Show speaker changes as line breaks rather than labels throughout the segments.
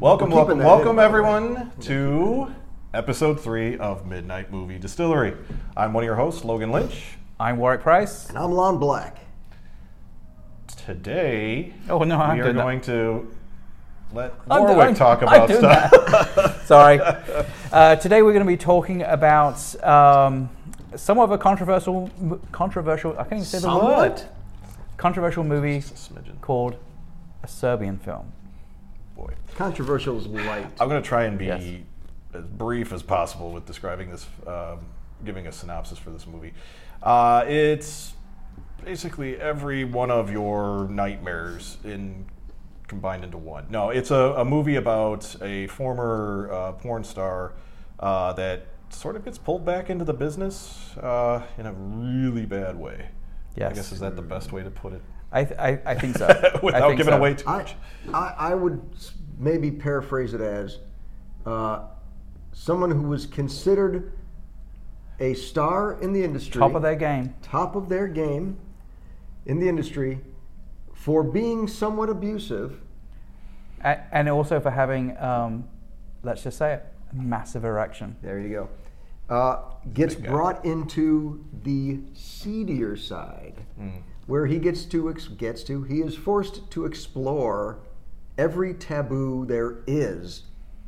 Welcome,
We're
welcome,
keeping that in,
welcome,
by the
everyone, to episode three of Midnight Movie Distillery. I'm one of your hosts, Logan Lynch.
I'm Warwick Price.
And I'm Lon Black.
Today,
Oh, no, I
we are
did not-
going to let
I'm-
Warwick
I'm-
talk
I
about
do
stuff.
Sorry. uh, today we're going to be talking about um, somewhat of a controversial, m- controversial. I can't even say the word. Controversial movie
Smidgen.
called a Serbian film.
Boy.
Controversial is light.
I'm going to try and be
Yes.
as brief as possible with describing this, um, giving a synopsis for this movie. Uh, it's basically every one of your nightmares in combined into one. No, it's a, a movie about a former uh, porn star uh, that sort of gets pulled back into the business uh, in a really bad way. I
Yes.
guess is that the best way to put it?
I, th- I, I think so. I
Without
think
giving
so.
away too
I,
much.
I, I would s- maybe paraphrase it as uh, someone who was considered a star in the industry,
Top of their game.
top of their game in the industry for being somewhat abusive.
A- and also for having, um, let's just say it, a massive erection.
There you go. Uh, gets
Big guy.
brought into the seedier side, where he gets to ex- gets to he is forced to explore every taboo there is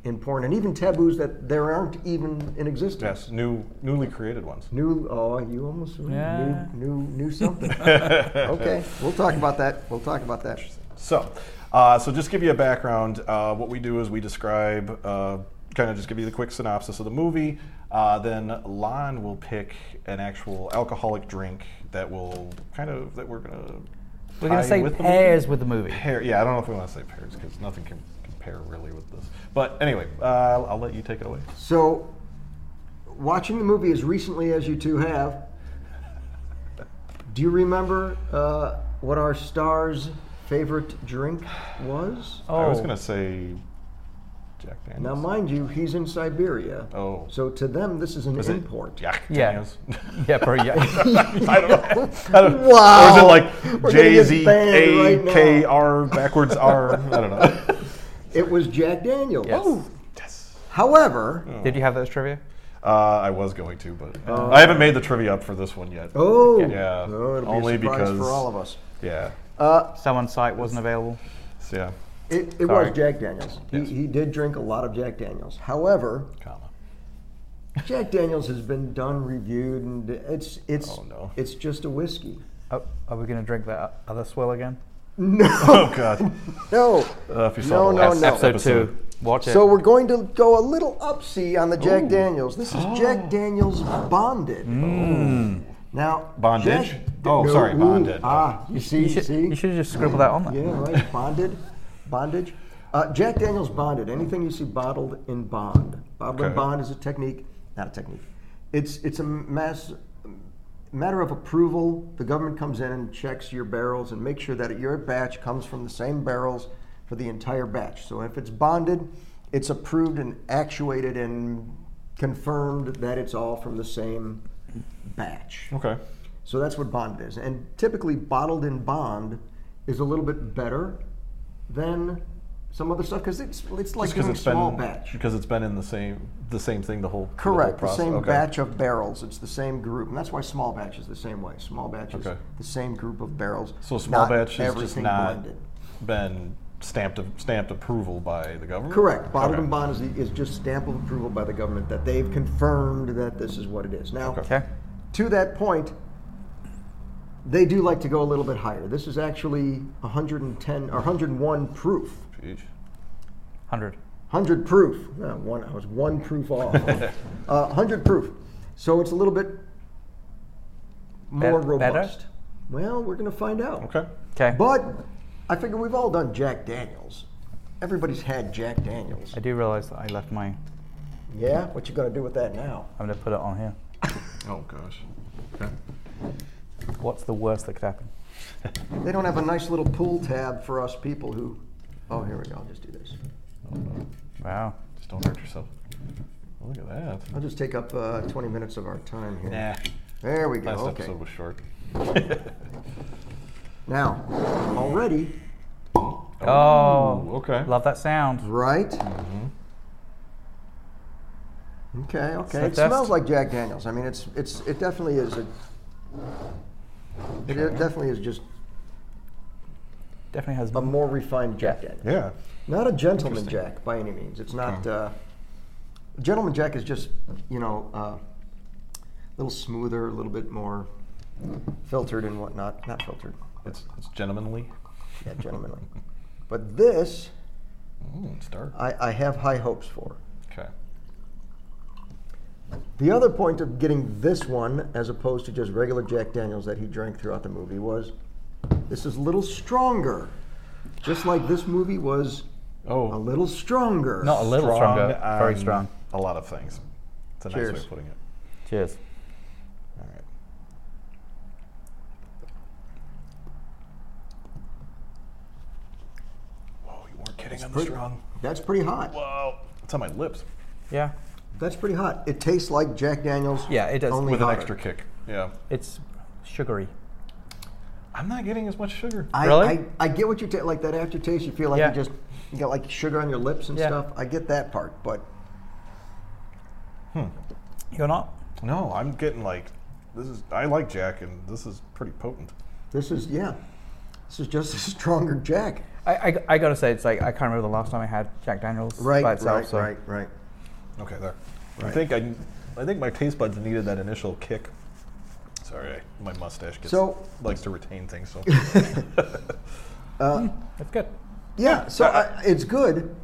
in porn, and even taboos that there aren't even in existence.
Yes, new, newly created ones.
New oh, you almost
Yeah.
new new new something. okay, we'll talk about that. We'll talk about that.
So, uh, so just give you a background. Uh, what we do is we describe, uh, kind of just give you the quick synopsis of the movie. Uh, then Lon will pick an actual alcoholic drink that will kind of that we're gonna.
We're going
tie
to say
with the
pairs
movie.
with the movie.
Pair, yeah, I don't know if we want to say pairs because nothing can compare really with this. But anyway, uh, I'll, I'll let you take it away.
So, watching the movie as recently as you two have, do you remember uh, what our star's favorite drink was?
I was
Oh.
gonna say Jack Daniels.
Now, mind you, he's in Siberia.
Oh.
So to them, this is an
Was it
import.
Jack
Yeah.
Daniels.
Yeah, pretty, yeah.
I don't know. I don't,
Wow.
Or is it
We're
like
gonna
Jay
get
Z
banned right
A
now.
K R backwards R? I don't know.
It was Jack Daniels.
Yes. Oh.
Yes. Hmm.
However,
Oh.
Did you have those trivia?
Uh, I was going to, but I haven't made the trivia up for this one yet.
oh,
Yeah,
oh, it'll
only
be a surprise
because-
for all of us.
Yeah.
Someone's site wasn't available.
So, yeah.
It, it
Sorry.
was Jack Daniels.
Yes.
He, he did drink a lot of Jack Daniels. However,
Comma.
Jack Daniels has been done, reviewed, and it's it's
Oh, no.
it's just a whiskey.
Oh, are we going to drink that other swill again?
No,
Oh God.
no.
Uh, if you saw
No,
the
no,
last
no.
episode,
Episode two. Watch it.
So we're going to go a little upsy on the Jack
Ooh.
Daniels. This is Jack Daniels bonded. Now
Bondage?
Jack
Oh, sorry,
ooh,
bonded.
Ah, you see,
you should,
see.
you should just scribble that on there.
Yeah, right. Bonded, bondage. Uh, Jack Daniels bonded. Anything you see bottled in bond. Bottled
Okay.
in bond is a technique, not a technique. It's it's a mass matter of approval. The government comes in and checks your barrels and makes sure that your batch comes from the same barrels for the entire batch. So if it's bonded, it's approved and actuated and confirmed that it's all from the same batch.
Okay.
So that's what bonded is. And typically, bottled in bond is a little bit better than some other stuff because it's, it's like
Because
doing
it's
small
been
batch.
because it's been in the same the same thing the whole
Correct,
the,
the
whole process.
same
okay.
batch of barrels. It's the same group. And that's why small batch is the same way. Small batch is
Okay.
the same group of barrels.
So small
not
batch is just
everything
not
blended.
been stamped stamped approval by the government.
Correct. Bottled
Okay.
in bond is, the, is just stamp of approval by the government that they've confirmed that this is what it is. Now,
Okay.
Okay.
to that point, they do like to go a little bit higher. This is actually 110 or 101 proof.
Jeez.
100.
100 proof. No, one, I was one proof off. uh, 100 proof. So it's a little bit more
Bet- better?
robust. Well, we're going to find out.
Okay.
Okay.
But I figure we've all done Jack Daniels. Everybody's had Jack Daniels.
I do realize that I left my.
Yeah? What you going to do with that now?
I'm going to put it on here.
Oh gosh. Okay.
What's the worst that could happen?
They don't have a nice little pool tab for us people who. Oh, here we go. I'll just do this.
Wow.
Just don't hurt yourself. Look at that.
I'll just take up uh, 20 minutes of our time here.
Nah.
There we go.
Last
okay.
episode was short.
Now, already,
Oh,
okay.
love that sound.
Right? Okay, okay.
the
It
test.
smells like Jack Daniels. I mean, it's it's it definitely is a. It definitely is just
Definitely has.
a more refined Jack Daniels.
Yeah.
Not a gentleman Jack by any means. It's not. Uh, gentleman Jack is just you know uh, a little smoother, a little bit more filtered and whatnot. Not filtered. It's
It's, it's gentlemanly.
yeah, gentlemanly. but this,
Mm, it's dark.
I, I have high hopes for.
Okay.
The other point of getting this one, as opposed to just regular Jack Daniels that he drank throughout the movie, was this is a little stronger. Just like this movie was
Oh,
a little stronger.
Not a little stronger.
on
Very strong.
A lot of things. It's a nice way
Cheers.
of putting it.
Cheers.
All right. Whoa, you weren't kidding on the
pretty-
strong.
That's pretty hot.
Wow. It's on my lips.
Yeah,
That's pretty hot. It tastes like Jack Daniels.
Yeah, it does.
Only
With an
hotter.
extra kick. Yeah.
it's sugary.
I'm not getting as much sugar.
I,
Really?
I, I get what you ta- like that aftertaste. You feel like
Yeah.
you just you got like sugar on your lips and
Yeah.
stuff. I get that part, but
You're not.
No, I'm getting like this is I like Jack and this is pretty potent.
this is yeah, this is just a stronger Jack.
I, I, I gotta say, it's like I can't remember the last time I had Jack Daniels
Right,
by itself.
right,
so
right, right.
Okay, there. I
Right.
think I I think my taste buds needed that initial kick. Sorry, I- my mustache gets
So-
likes to retain things. So
that's good.
Yeah, so I, it's good.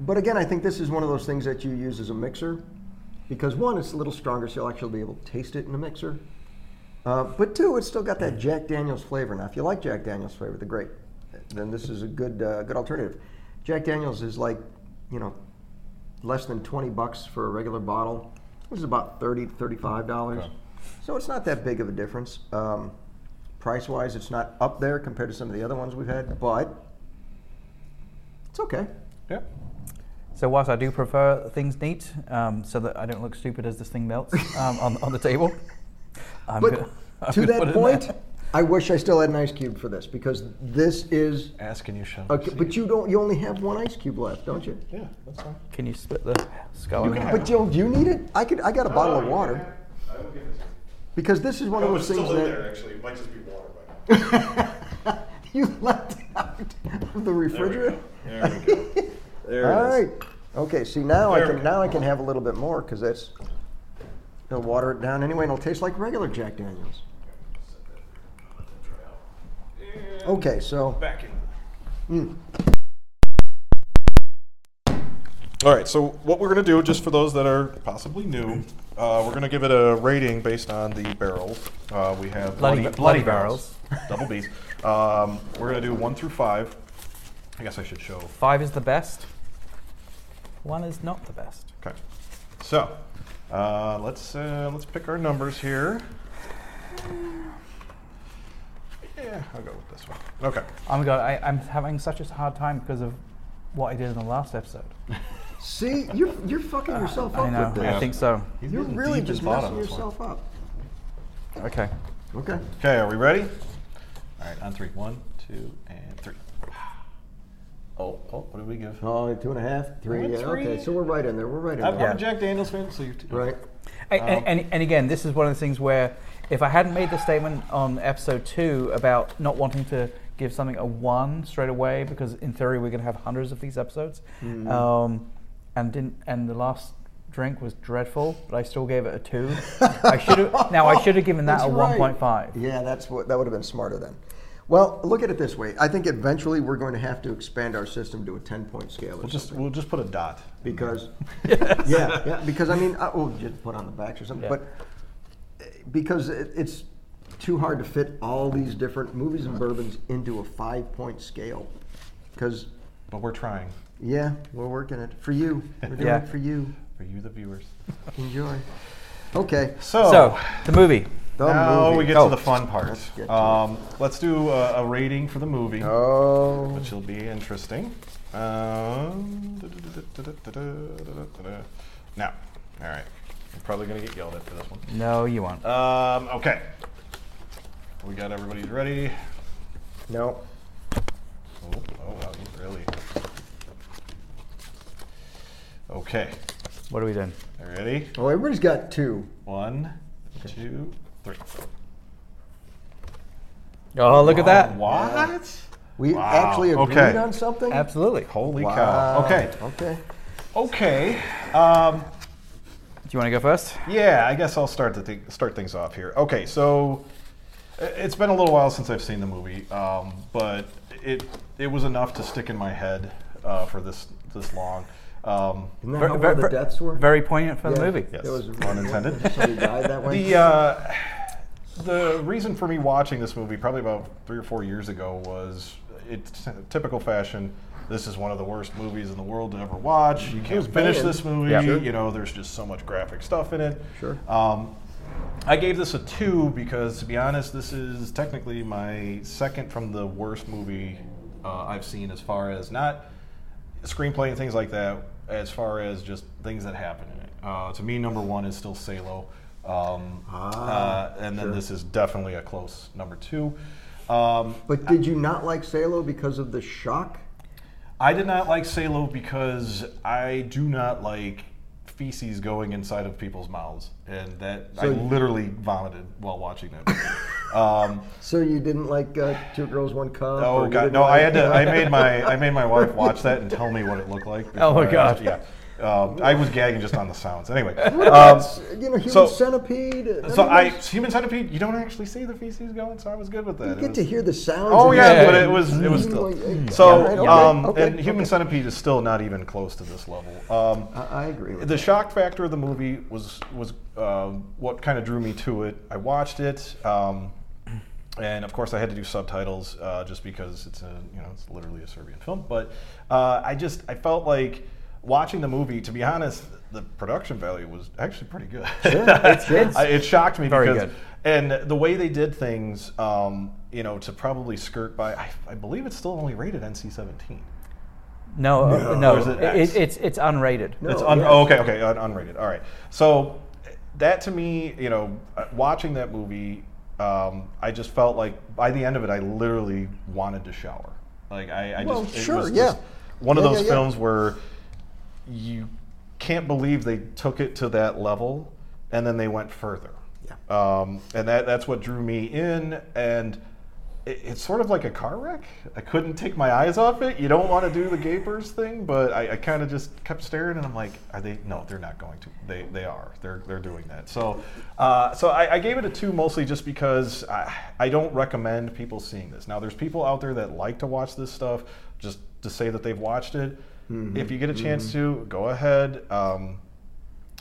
But again, I think this is one of those things that you use as a mixer because one, it's a little stronger, so you'll actually be able to taste it in a mixer. Uh, but two, it's still got that Jack Daniels flavor. Now, if you like Jack Daniels flavor, the grape, then this is a good uh, good alternative. Jack Daniels is like, you know, less than 20 bucks for a regular bottle. This is about 30 to 35 dollars.
Okay.
So it's not that big of a difference. Um, price wise, it's not up there compared to some of the other ones we've had, but it's okay.
yeah.
So whilst I do prefer things neat, um, so that I don't look stupid as this thing melts um, on, on the table, I'm
But
gonna- I'm
to that
gonna put it in there.
point, I wish I still had an ice cube for this because this is.
Ask and you shall.
A,
receive.
but you don't. You only have one ice cube left, don't you?
yeah, that's fine.
Can you split the skull? in half?
But Jill, do you need it? I could. I got a bottle of water
I will give it to you.
because this is one of
Oh,
those
it's
things
still in there,
that
actually. It might just be water by now.
you left out of the
There we
refrigerator.
go. There we go. There
All
it is.
right. Okay. See now I
There
can
we-
now I can have a little bit more because that's. They'll water it down anyway, and it'll taste like regular Jack Daniels. Okay, so
Back in.
Hmm. All right, so what we're going to do, just for those that are possibly new, uh, we're going to give it a rating based on the barrels. Uh, we have
Bloody- bloody
double B's. Um, we're going to do one through five. I guess I should show.
Five is the best. One is not the best.
Okay, so uh, let's uh, let's pick our numbers here. Yeah, I'll go with this one. Okay.
Oh my god, I, I'm having such a hard time because of what I did in the last episode.
see, you're you're fucking yourself up
I know.
with this.
Yeah.
I think so.
He's
You're
getting
really
deep in
just
thought on
messing
this one.
yourself up.
Okay.
Okay.
Okay, are we ready? All right, on three. One, two, and three. Oh, oh, what did we give?
Oh, two and a half, three.
Went
Yeah, okay,
three.
so we're right in there. We're right in
I'm,
there.
I'm a Jack Daniels fan, so you're too.
Right. Um,
And, and, and again, this is one of the things where if I hadn't made the statement on episode two about not wanting to give something a one straight away, because in theory we're going to have hundreds of these episodes,
Mm-hmm.
um, and didn't, and the last drink was dreadful, but I still gave it a two. I should have now I should have given that
That's
a
right.
one point five.
Yeah, that's what that would have been smarter then. Well, look at it this way. I think eventually we're going to have to expand our system to a ten-point scale or
We'll just
something
we'll just put a dot.
because yeah, yeah, because I mean, I, we'll just put on the backs or something,
Yeah.
but uh, because it, it's too hard to fit all these different movies and bourbons into a five-point scale because.
But we're trying
Yeah, we're working it for you. We're doing
Yeah.
it for you.
for you, the viewers.
Enjoy. Okay.
So,
So the movie.
The
now
movie.
we get
Oh.
to the fun part.
Let's get to
um, let's do a, a rating for the movie,
Oh.
which will be interesting. Um, da-da-da-da-da-da-da-da-da-da. now, all right, I'm probably gonna get yelled at for this one.
No, you won't.
Um, okay, we got everybody's ready.
No.
Oh, oh, Okay.
What are we doing?
Ready?
Oh, everybody's got two.
One, two, three.
Oh, look at that.
What?
We
Wow,
actually agreed
okay.
on something.
Absolutely. Do
Holy
Wow,
cow. Okay.
Okay.
Okay. Um,
you want to go first?
Yeah, I guess I'll start the thi- start things off here. Okay, so i- it's been a little while since I've seen the movie, um, but it it was enough to stick in my head uh, for this this long. Um,
Isn't that
Ver-
how
ver-
all the
ver-
deaths were?
Very poignant for the
Yeah,
movie.
Yes.
That was
Pun intended.
Somebody died that way.
the uh, the reason for me watching this movie probably about three or four years ago was it's in typical fashion. This is one of the worst movies in the world to ever watch. You can't finish
banned.
this movie.
Yeah. Sure.
You know, there's just so much graphic stuff in it.
Sure.
Um, I gave this a two because, to be honest, this is technically my second from the worst movie uh, I've seen as far as not screenplay and things like that, as far as just things that happen in it. Uh, to me, number one is still Salo. Um,
Ah,
uh, and then this is definitely a close number two. Um,
but did you not like Salo because of the shock?
I did not like Salo because I do not like feces going inside of people's mouths, and that I
So-
literally vomited while watching that. movie. um,
So you didn't like uh, Two Girls One Cup? or
oh
you
god,
didn't
no! I
like,
had to.
uh,
I made my I made my wife watch that and tell me what it looked like.
Oh, my
before I
God.
watched- yeah. Um, I was gagging just on the sounds. Anyway, um,
That's, you know, human
so-
centipede.
so
mean,
I
those-
human centipede. You don't actually see the feces going, so I was good with that.
You
It
get
was-
to hear the sounds.
Oh
and
yeah,
Yeah.
but it was it was
Mm,
still.
like, uh,
So
all right, okay,
um,
okay,
and human
okay.
centipede is still not even close to this level. Um,
I, I agree with
the shock factor of the movie was was um, what kind of drew me to it. I watched it, um, and of course I had to do subtitles uh, just because it's a you know it's literally a Serbian film. But uh, I just I felt like watching the movie. To be honest, the production value was actually pretty good.
It's- it's
I- it shocked me
very
because
good.
and the way they did things, um, you know, to probably skirt by. I, I believe it's still only rated NC seventeen.
No, uh,
Or
no.
is it
It-
X?
it's, it's unrated.
No.
It's un-
yeah.
oh, okay, okay, un- unrated. All right. So that to me, you know, uh, watching that movie, um, I just felt like by the end of it, I literally wanted to shower. Like I, I
Well,
just
sure,
it was
yeah.
just one of
Yeah,
those
yeah, yeah.
films where you can't believe they took it to that level, and then they went further.
Yeah.
Um, and that that's what drew me in and. it- It's sort of like a car wreck. I couldn't take my eyes off it. You don't want to do the gapers thing, but I, I kind of just kept staring, and I'm like, "Are they? No, they're not going to. They, they are. They're, they're doing that." So, uh, so I, I gave it a two mostly just because I, I don't recommend people seeing this. Now, there's people out there that like to watch this stuff just to say that they've watched it. If you get a chance to, go ahead. Um,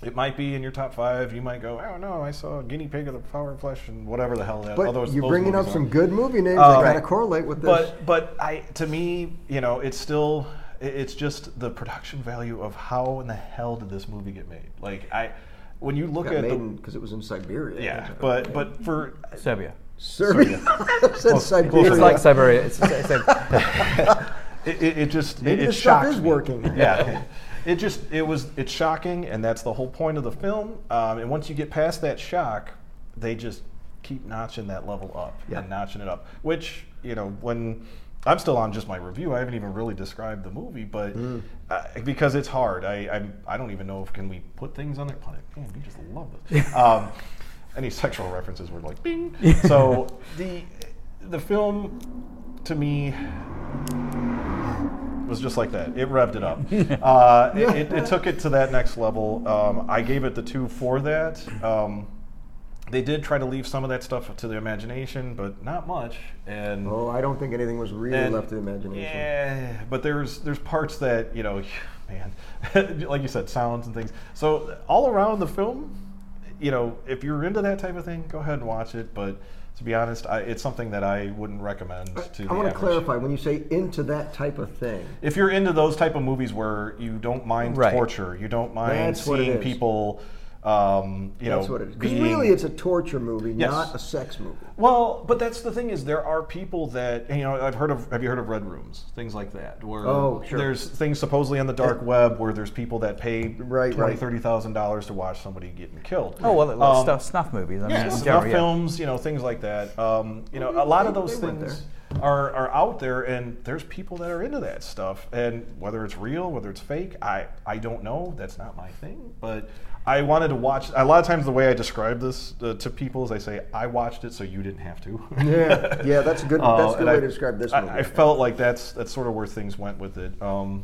it might be in your top five. You might go, oh no, I saw Guinea Pig of the Power of Flesh and whatever the hell that.
But
those-
you're
those
bringing up
movies
some
are.
good movie names
Uh,
that kind
Right.
of correlate with this.
But but I to me, you know, it's still i- it's just the production value of how in the hell did this movie get made? Like I, when you look
got
at
made
the
because it was in Siberia.
yeah, but but for
Serbia.
Serbia. It's in Siberia.
It's like Siberia. It's, it's, it's,
it, it, it just
Maybe
it, it
this stuff
shocked
is
me.
working.
Yeah, it just it was it's shocking, and that's the whole point of the film. Um, and once you get past that shock, they just keep notching that level up
Yeah.
and notching it up. Which you know when. I'm still on just my review. I haven't even really described the movie, but
Mm.
uh, because it's hard, I I'm, I don't even know if can we put things on there. Pun it. Man, you just love this. Um, any sexual references were like bing. So the the film to me was just like that. It revved it up. uh, it, it, it took it to that next level. Um, I gave it the two for that. Um, they did try to leave some of that stuff to the imagination, but not much. And
Oh, I don't think anything was really
and-
left to the imagination.
Yeah, but there's there's parts that you know, man, like you said, sounds and things. So all around the film, you know, if you're into that type of thing, go ahead and watch it. But to be honest, I, it's something that I wouldn't recommend to. the
I want
average.
to clarify when you say into that type of thing.
If you're into those type of movies where you don't mind
Right.
torture, you don't mind
That's what it
seeing
is.
people, um, you
That's
know,
what it is. Because
being-
really, it's a torture movie,
Yes.
not a sex movie.
Well, but that's the thing is there are people that you know I've heard of. Have you heard of red rooms? Things like that. Where
Oh, sure.
There's things supposedly on the dark web where there's people that pay
Right,
twenty,
right.
thirty thousand dollars to watch somebody getting killed.
oh, well, like
Um,
stuff, snuff movies. I mean,
Yeah,
in
snuff
general, yeah.
films, you know, things like that. Um, you know, a lot of
They-
those
they went
things. are, are out there, and there's people that are into that stuff. And whether it's real, whether it's fake, I, I don't know. That's not my thing. But I wanted to watch. A lot of times, the way I describe this uh, to people is I say, I watched it so you didn't have to. Uh,
Yeah, yeah, that's a good- that's a good
and
way
I-
to describe this
I-
movie.
I felt like that's that's sort of where things went with it. Um,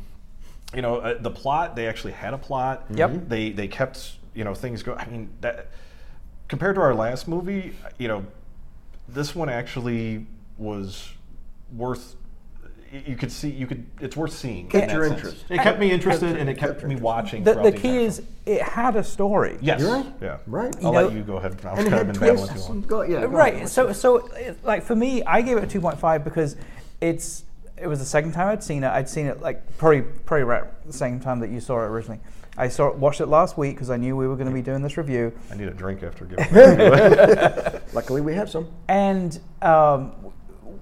you know, uh, the plot. They actually had a plot.
Yep.
Mm-hmm.
Mhm.
They they kept you know things going. I mean that compared to our last movie, you know, this one actually was worth. y- You could see you could. It's worth seeing. in
Kept
that
your
sense.
interest.
It kept me interested and it kept me watching.
The,
throughout
the key
entire
is
film.
it had a story.
Yes.
You're right.
Yeah.
Right.
I'll
You know-
let you go ahead. I've
And it
kind of
had
been
twists.
babbling too long.
Go- yeah, go
right
ahead.
so so it- like for me i gave it a 2.5 because it's it was the second time i'd seen it i'd seen it like probably probably right the same time that you saw it originally i saw it watched it last week because i knew we were going to be doing this review
I need a drink after giving. that.
Luckily, we have some.
and um,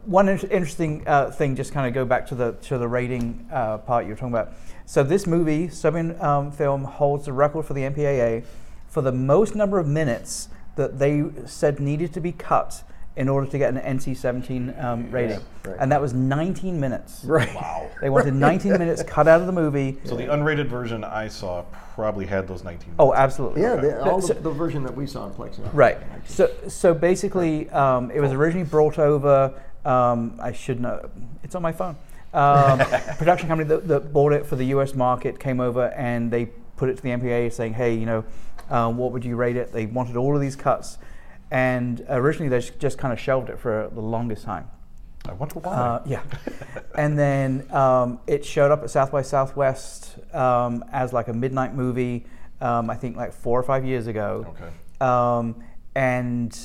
one inter- interesting uh, thing, just kind of go back to the to the rating uh, part you were talking about. So this movie, Serbian um, film, holds the record for the MPAA for the most number of minutes that they said needed to be cut in order to get an NC-17 um, rating,
right.
and that was 19 minutes.
Right.
wow.
They wanted 19 minutes cut out of the movie.
So the unrated version I saw probably had those 19.
oh, absolutely.
Yeah, the, all
So-
the, the version that we saw in Plex.
Right. So, so basically, um, it was originally brought over. Um, I should know. It's on my phone. Um, production company that, that bought it for the U.S. market came over and they put it to the MPA saying, "Hey, you know, um, what would you rate it?" They wanted all of these cuts, and originally they just, just kind of shelved it for the longest time.
I wonder why.
Uh, yeah. and then um, it showed up at South by Southwest um, as like a midnight movie. Um, I think like four or five years ago.
Okay.
Um, and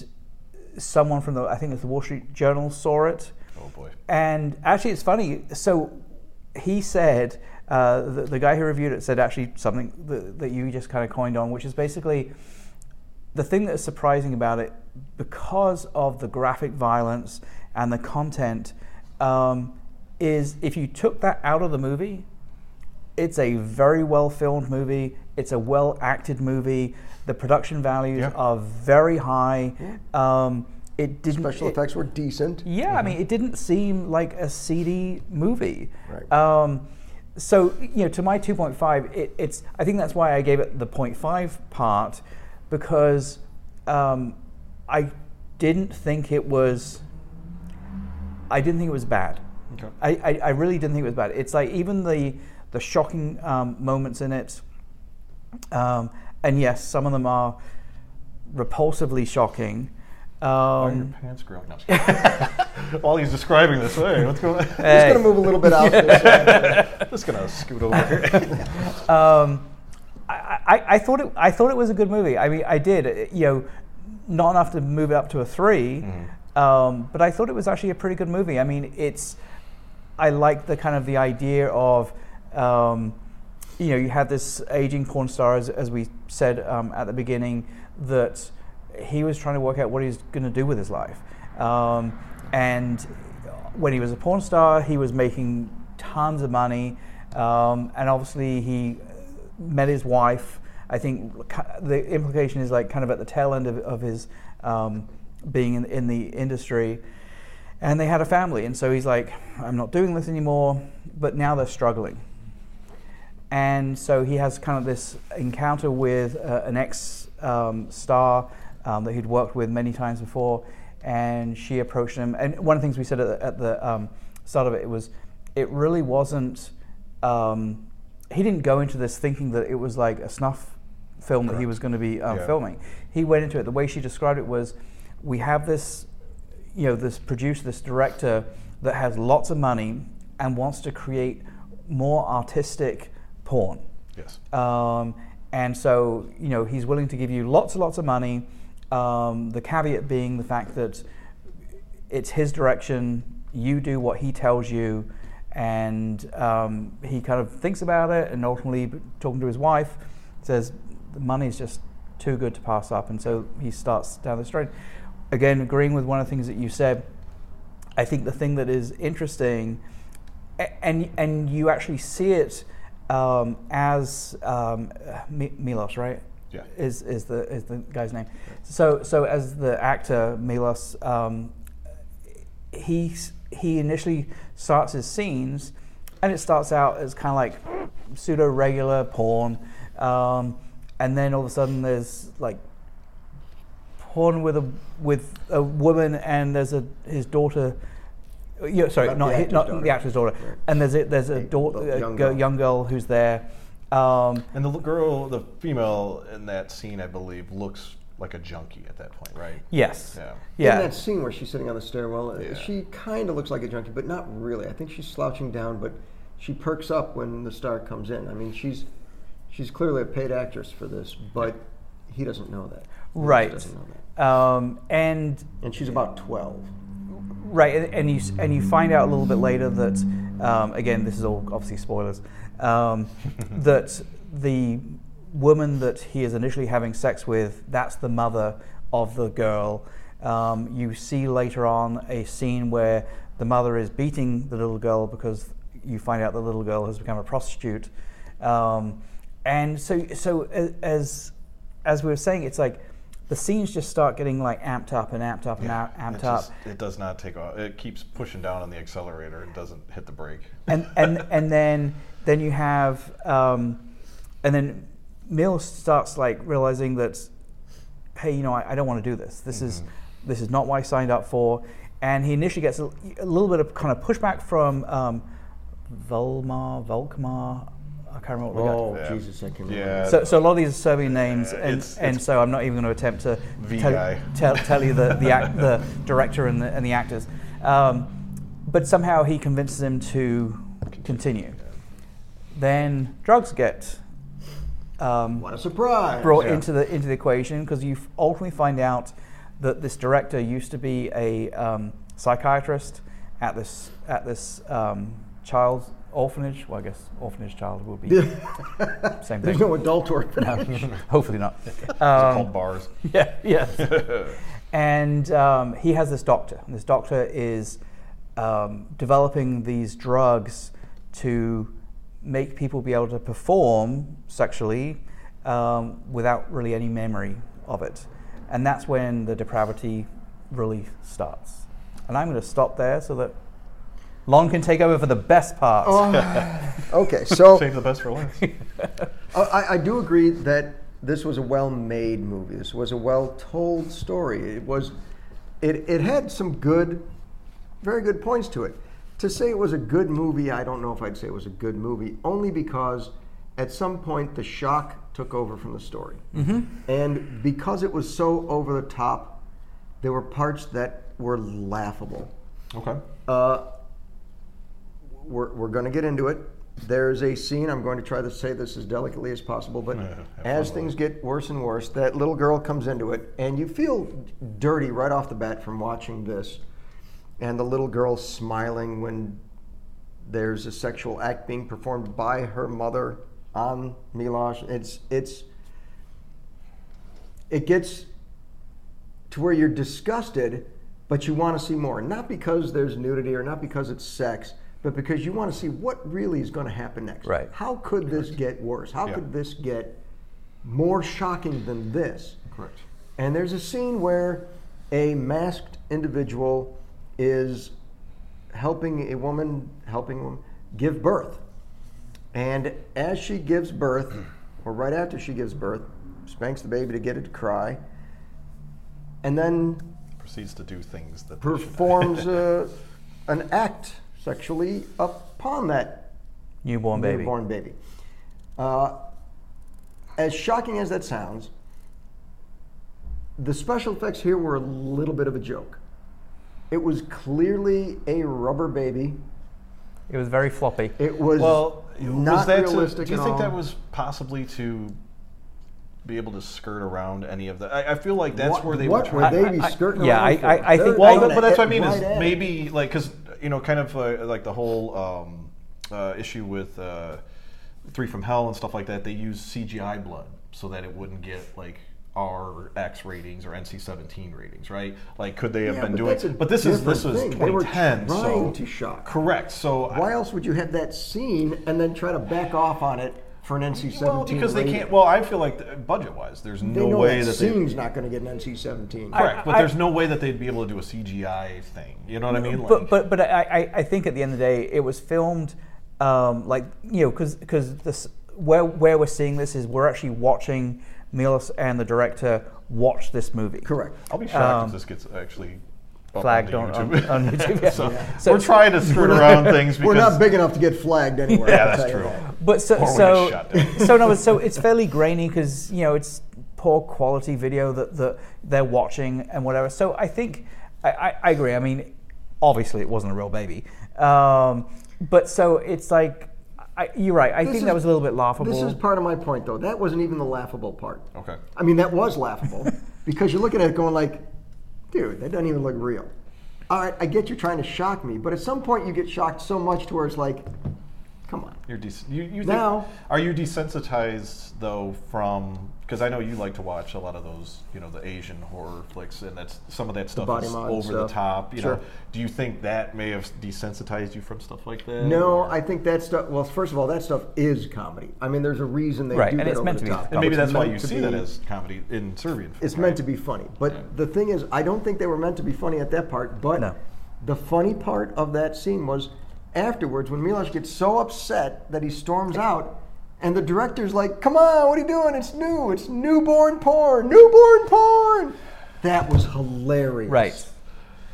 someone from the I think it was the Wall Street Journal saw it.
Oh boy.
And actually, it's funny. So he said, uh, the, the guy who reviewed it said actually something that, that you just kind of coined on, which is basically the thing that is surprising about it, because of the graphic violence and the content, um, is if you took that out of the movie, it's a very well filmed movie. It's a well acted movie. The production values
Yeah.
are very high. Um, it didn't
Special
it-
effects were decent.
yeah,
Mm-hmm.
I mean, it didn't seem like a seedy movie.
Right.
Um, so you know, to my 2.5, it, it's I think that's why I gave it the 0.5 part because um, I didn't think it was. I didn't think it was bad.
Okay.
I, I, I really didn't think it was bad. It's like even the the shocking um, moments in it, um, and yes, some of them are repulsively shocking.
Why are your
Um,
pants growing? No, I'm just kidding. While he's describing this, hey, what's going
Uh,
on?
Just gonna move a little bit out. this uh, way.
just gonna scoot over here.
um, I, I, I thought it. I thought it was a good movie. I mean, I did. it- You know, not enough to move it up to a 3 um, but I thought it was actually a pretty good movie. I mean, it's. I like the kind of the idea of, um, you know, you had this aging porn star, as, as we said um, at the beginning, that he was trying to work out what he's going to do with his life, um, and when he was a porn star, he was making tons of money, um, and obviously he met his wife. I think ki- the implication is like kind of at the tail end of, of his um, being in, in the industry, and they had a family, and so he's like, I'm not doing this anymore. But now they're struggling, and so he has kind of this encounter with uh, an ex um, star um, that he'd worked with many times before, and she approached him. And one of the things we said at the, at the um, start of it, was it really wasn't. Um, he didn't go into this thinking that it was like a snuff film that he was going to be um,
Yeah.
filming. He went into it. The way she described it was, we have this, you know, this producer, this director that has lots of money and wants to create more artistic porn.
yes.
Um, and so, you know, he's willing to give you lots and lots of money. Um, the caveat being the fact that it's his direction, you do what he tells you. And um, he kind of thinks about it and ultimately, b- talking to his wife, says the money's just too good to pass up. And so he starts down this road. Again, agreeing with one of the things that you said, I think the thing that is interesting, a- and and you actually see it um, as um, uh, Mi- Milos, right?
Yeah.
Is is the is the guy's name? So so as the actor Milos, um, he s- he initially starts his scenes, and it starts out as kind of like pseudo regular porn, um, and then all of a sudden there's like porn with a with a woman, and there's a his daughter. Yeah, sorry,
Not
not
the
hi-
actor's
not
daughter.
the actor's daughter,
Right.
and there's a, there's a
A
daughter,
little young
a girl,
girl.
young girl who's there. Um,
And the l- girl, the female in that scene, I believe, looks like a junkie at that point, right?
yes,
Yeah.
yeah.
In that scene where she's sitting on the stairwell, uh,
Yeah.
she kind of looks like a junkie, but not really. I think she's slouching down, but she perks up when the star comes in. I mean, she's she's clearly a paid actress for this, but he doesn't know that. He
Right.
Doesn't know that.
Um, and
And she's about twelve.
right, and, and you s- and you find out a little bit later that um, again, this is all obviously spoilers. Um, that the woman that he is initially having sex with, that's the mother of the girl. Um, you see later on a scene where the mother is beating the little girl because you find out the little girl has become a prostitute. Um, and so, so a- as as we were saying, it's like the scenes just start getting like amped up and amped up and
Yeah,
amped
it,
up.
just- it does not take off. It keeps pushing down on the accelerator and doesn't hit the brake.
and and and then then you have um, and then Mill starts like realizing that hey you know I, I don't want to do this this is this is not what I signed up for and he initially gets a, a little bit of kind of pushback from um, Volmar Volkmar I can't remember what the guy-
Oh
Yeah.
Jesus, I can remember.
Yeah.
so, so a lot of these are Serbian names,
Yeah,
and,
it's-
and
it's-
so I'm not even going to attempt to
V
tell,
guy.
tell, tell you the the, act, the director and the, and the actors. Um, but somehow he convinces him to continue. Then drugs get um,
What a surprise!
brought
Yeah.
into the into the equation because you f- ultimately find out that this director used to be a um, psychiatrist at this at this um, child orphanage. Well, I guess orphanage child would be same thing.
There's no adult orphanage.
Hopefully not.
It's
Um,
called bars.
yeah, yeah. and um, he has this doctor. And this doctor is um, developing these drugs to make people be able to perform sexually um, without really any memory of it. And that's when the depravity really starts. And I'm going to stop there so that Lon can take over for the best part.
okay, so
Save the best for last.
I- I, I do agree that this was a well-made movie. This was a well-told story. It was, it, it had some good, very good points to it. To say it was a good movie, I don't know if I'd say it was a good movie, only because at some point the shock took over from the story, and because it was so over the top, there were parts that were laughable.
Okay.
Uh, we're we're going to get into it. There's a scene, I'm going to try to say this as delicately as possible, but
have fun
as
with
things get worse and worse, that little girl comes into it, and you feel dirty right off the bat from watching this. And the little girl smiling when there's a sexual act being performed by her mother on Milosh. It's, it's, it gets to where you're disgusted, but you want to see more. Not because there's nudity or not because it's sex, but because you want to see what really is going to happen next.
Right.
How could this get worse? How
Yeah.
could this get more shocking than this?
Correct.
And there's a scene where a masked individual is helping a woman, helping a woman give birth. And as she gives birth, or right after she gives birth, spanks the baby to get it to cry, and then
Proceeds to do things that. they should not.
performs a, an act sexually upon that
Newborn baby.
newborn baby. Uh, as shocking as that sounds, the special effects here were a little bit of a joke. It was clearly a rubber baby.
It was very floppy.
It was
Well,
not
was that to-
realistic
do you
at
think
all.
that was possibly to be able to skirt around any of the? I, I feel like that's
What-
where they
what
were
were
trying.
they
I-
be
I-
skirting
yeah,
around
I-
for?
I- I
They're
think-
well,
gonna
but, but that's what I
hit
mean is
right at it.
maybe like because you know kind of uh, like the whole um, uh, issue with uh, Three from Hell and stuff like that. They use CGI blood so that it wouldn't get like. R or X ratings or NC-17 ratings, right? Like, could they have
Yeah,
been
but
doing?
that's a
but this is this
different
was
thing. They were
2010, so
trying to shock.
correct. So I-
Why else would you have that scene and then try to back off on it for an NC-17
Well, because they
rating.
can't. Well, I feel like budget wise, there's
They
no
know
way
that
that they.
Scene's not going to get an NC-17.
Correct, but
I-
there's no way that they'd be able to do a CGI thing. You know what I mean?
But but but I, I I think at the end of the day, it was filmed um, like you know because this where where we're seeing this is we're actually watching Milos and the director watch this movie.
Correct.
I'll be shocked if this gets actually up
Flagged on,
onto
on,
YouTube.
on YouTube. yeah.
so,
So-
we're trying to skirt around things because
We're not big enough to get flagged anywhere.
Yeah,
I'll tell
that's
you
true.
that.
But so
Or we get
so
shut down.
so no, so it's fairly grainy because you know it's poor quality video that, that they're watching and whatever. So I think I, I, I agree. I mean, obviously it wasn't a real baby, um, but so it's like I, you're right. I
This
think
is-
that was a little bit laughable. Oh.
This is part of my point, though. That wasn't even the laughable part.
Okay.
I mean, that was laughable because you're looking at it going like, dude, that doesn't even look real. All right, I get you're trying to shock me, but at some point you get shocked so much to where it's like, come on.
You're des- you, you think-
Now-
are you desensitized though from because I know you like to watch a lot of those you know the Asian horror flicks and that's some of that stuff
body
is
mod
over the
stuff.
top. You
Sure.
know, do you think that may have desensitized you from stuff like that?
No,
or-
I think that stuff. Well, first of all, that stuff is comedy. I mean, there's a reason they
Right,
do
and
that
it's
over
meant
the
to be
top.
and maybe
It's
that's why
meant
you
to
see that
be-
as comedy in Serbian.
It's
right?
meant to be funny. But the thing is, I don't think they were meant to be funny at that part. But
No.
the funny part of that scene was afterwards when Milos gets so upset that he storms out, and the director's like, "Come on, what are you doing? It's new. It's newborn porn. Newborn porn." That was hilarious.
right.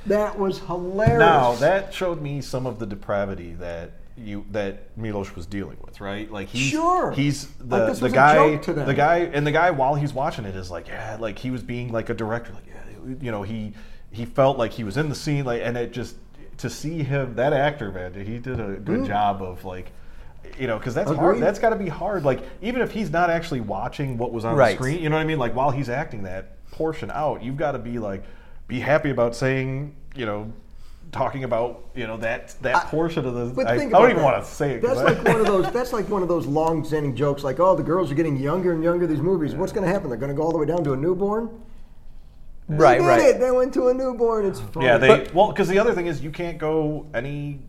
That was hilarious.
Now that showed me some of the depravity that you that Milos was dealing with, right? Like he's
Sure.
he's the,
Like, this
the
was a
guy
joke to them.
the guy and the guy while he's watching it is like yeah, like he was being like a director, like yeah, you know he he felt like he was in the scene, like and it just to see him that actor man, he did a good job of like. You know, because that's hard.
Mm. Agreed.
That's got to be hard. Like, even if he's not actually watching what was on
Right.
the screen, you know what I mean? Like while he's acting that portion out, you've got to be like, be happy about saying, you know, talking about you know that that portion of the.
But
I,
think
I
about
don't even
that.
want to say it. 'cause
That's
I-
like one of those. That's like one of those long-standing jokes, like, "Oh, the girls are getting younger and younger." These movies. What's going to happen? They're going to go all the way down to a newborn. they
Right,
did
right.
It. They went to a newborn. It's funny.
yeah, they
But-
well because the other thing is you can't go any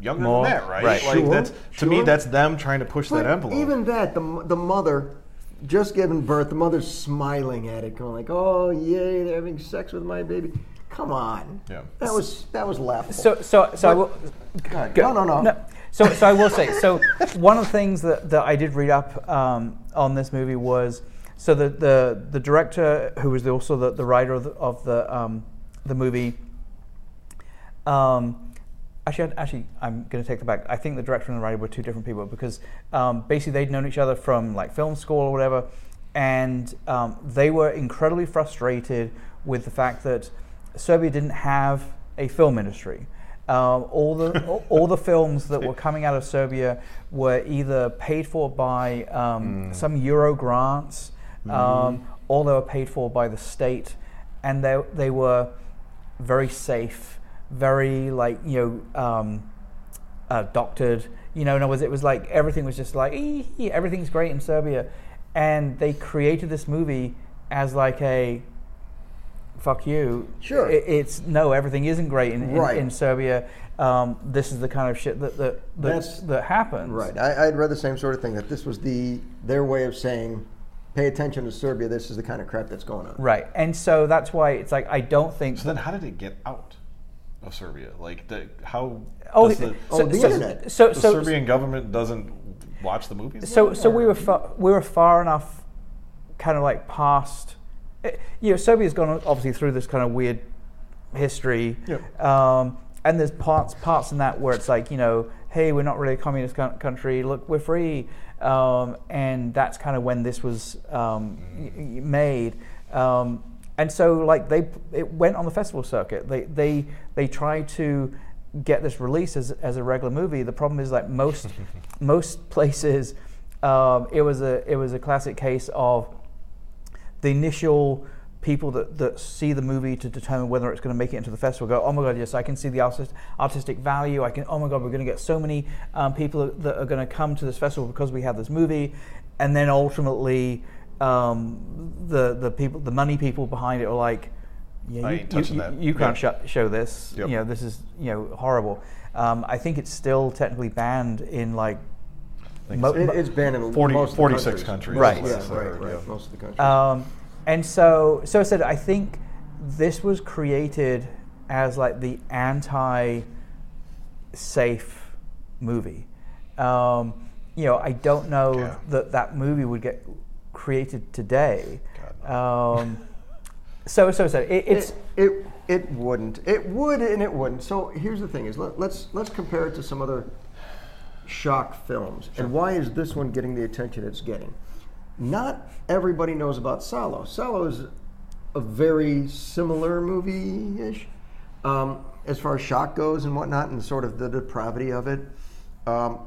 younger
More,
than that, right?
right.
Like
Sure,
that's to me
sure.
that's them trying to push
But
that envelope.
Even that, the, m- the mother just giving birth, the mother's smiling at it, going like, "Oh, yay, they're having sex with my baby." Come on.
Yeah.
That was that was laughable.
So so so I will.
God,
Go-
no, no, no.
So, so I will say. So, one of the things that, that I did read up um, on this movie was so the the, the director who was the, also the, the writer of the of the, um, the movie. Um, actually, I- actually, I'm going to take that back. I think the director and the writer were two different people because um, basically they'd known each other from like film school or whatever, and um, they were incredibly frustrated with the fact that Serbia didn't have a film industry. Um, all the all, all the films that were coming out of Serbia were either paid for by um, some Euro grants, um, or they were paid for by the state, and they they were very safe, very like you know um, uh, doctored. You know, and it was it was like everything was just like "Ee, hee, everything's great in Serbia, and they created this movie as like a fuck you.
Sure.
I- it's no, everything isn't great in, in,
Right.
in Serbia. Um, this is the kind of shit that that
That's-
that, that happens.
Right. I, I'd read the same sort of thing that this was the their way of saying, "Pay attention to Serbia. This is the kind of crap that's going on."
Right. And so that's why it's like I don't think.
so then how did it get out of Serbia? Like the, how?
oh,
does the,
oh, the
so,
internet.
So
the
so
Serbian government doesn't watch the movies.
so so we were far, we were far enough, kind of like past. eh, You know, Serbia's gone obviously through this kind of weird history,
Yep.
um, and there's parts parts in that where it's like you know, hey, we're not really a communist coun- country. Look, we're free, um, and that's kind of when this was um, y- y- made. Um, and so, like they, it went on the festival circuit. They they they tried to get this released as, as a regular movie. The problem is like most most places, um, it was a it was a classic case of the initial people that, that see the movie to determine whether it's going to make it into the festival go, oh my god, yes, I can see the artist, artistic value. I can, oh my god, we're going to get so many um, people that are going to come to this festival because we have this movie, and then ultimately, um, the the people, the money people behind it are like, yeah,
I
you,
ain't
you,
touching
you-
that.
you can't
Yeah.
sho- show this.
Yep.
You know, this is you know horrible. Um, I think it's still technically banned in like
think
Mo-
It, it's banned in
40
most of the
46 countries.
Right.
Yeah,
Yes,
right,
yeah.
right. Most of the countries.
Um, and so, so I said, I think this was created as like the anti-safe movie. Um, you know, I don't know
Yeah.
that that movie would get created today.
God,
Um, so, so I said, it, it's
it, it it wouldn't. It would and it wouldn't. So here's the thing: is let, let's let's compare it to some other shock films, and why is this one getting the attention it's getting? Not everybody knows about Salo. Salo is a very similar movie-ish um, as far as shock goes and whatnot, and sort of the depravity of it. Um,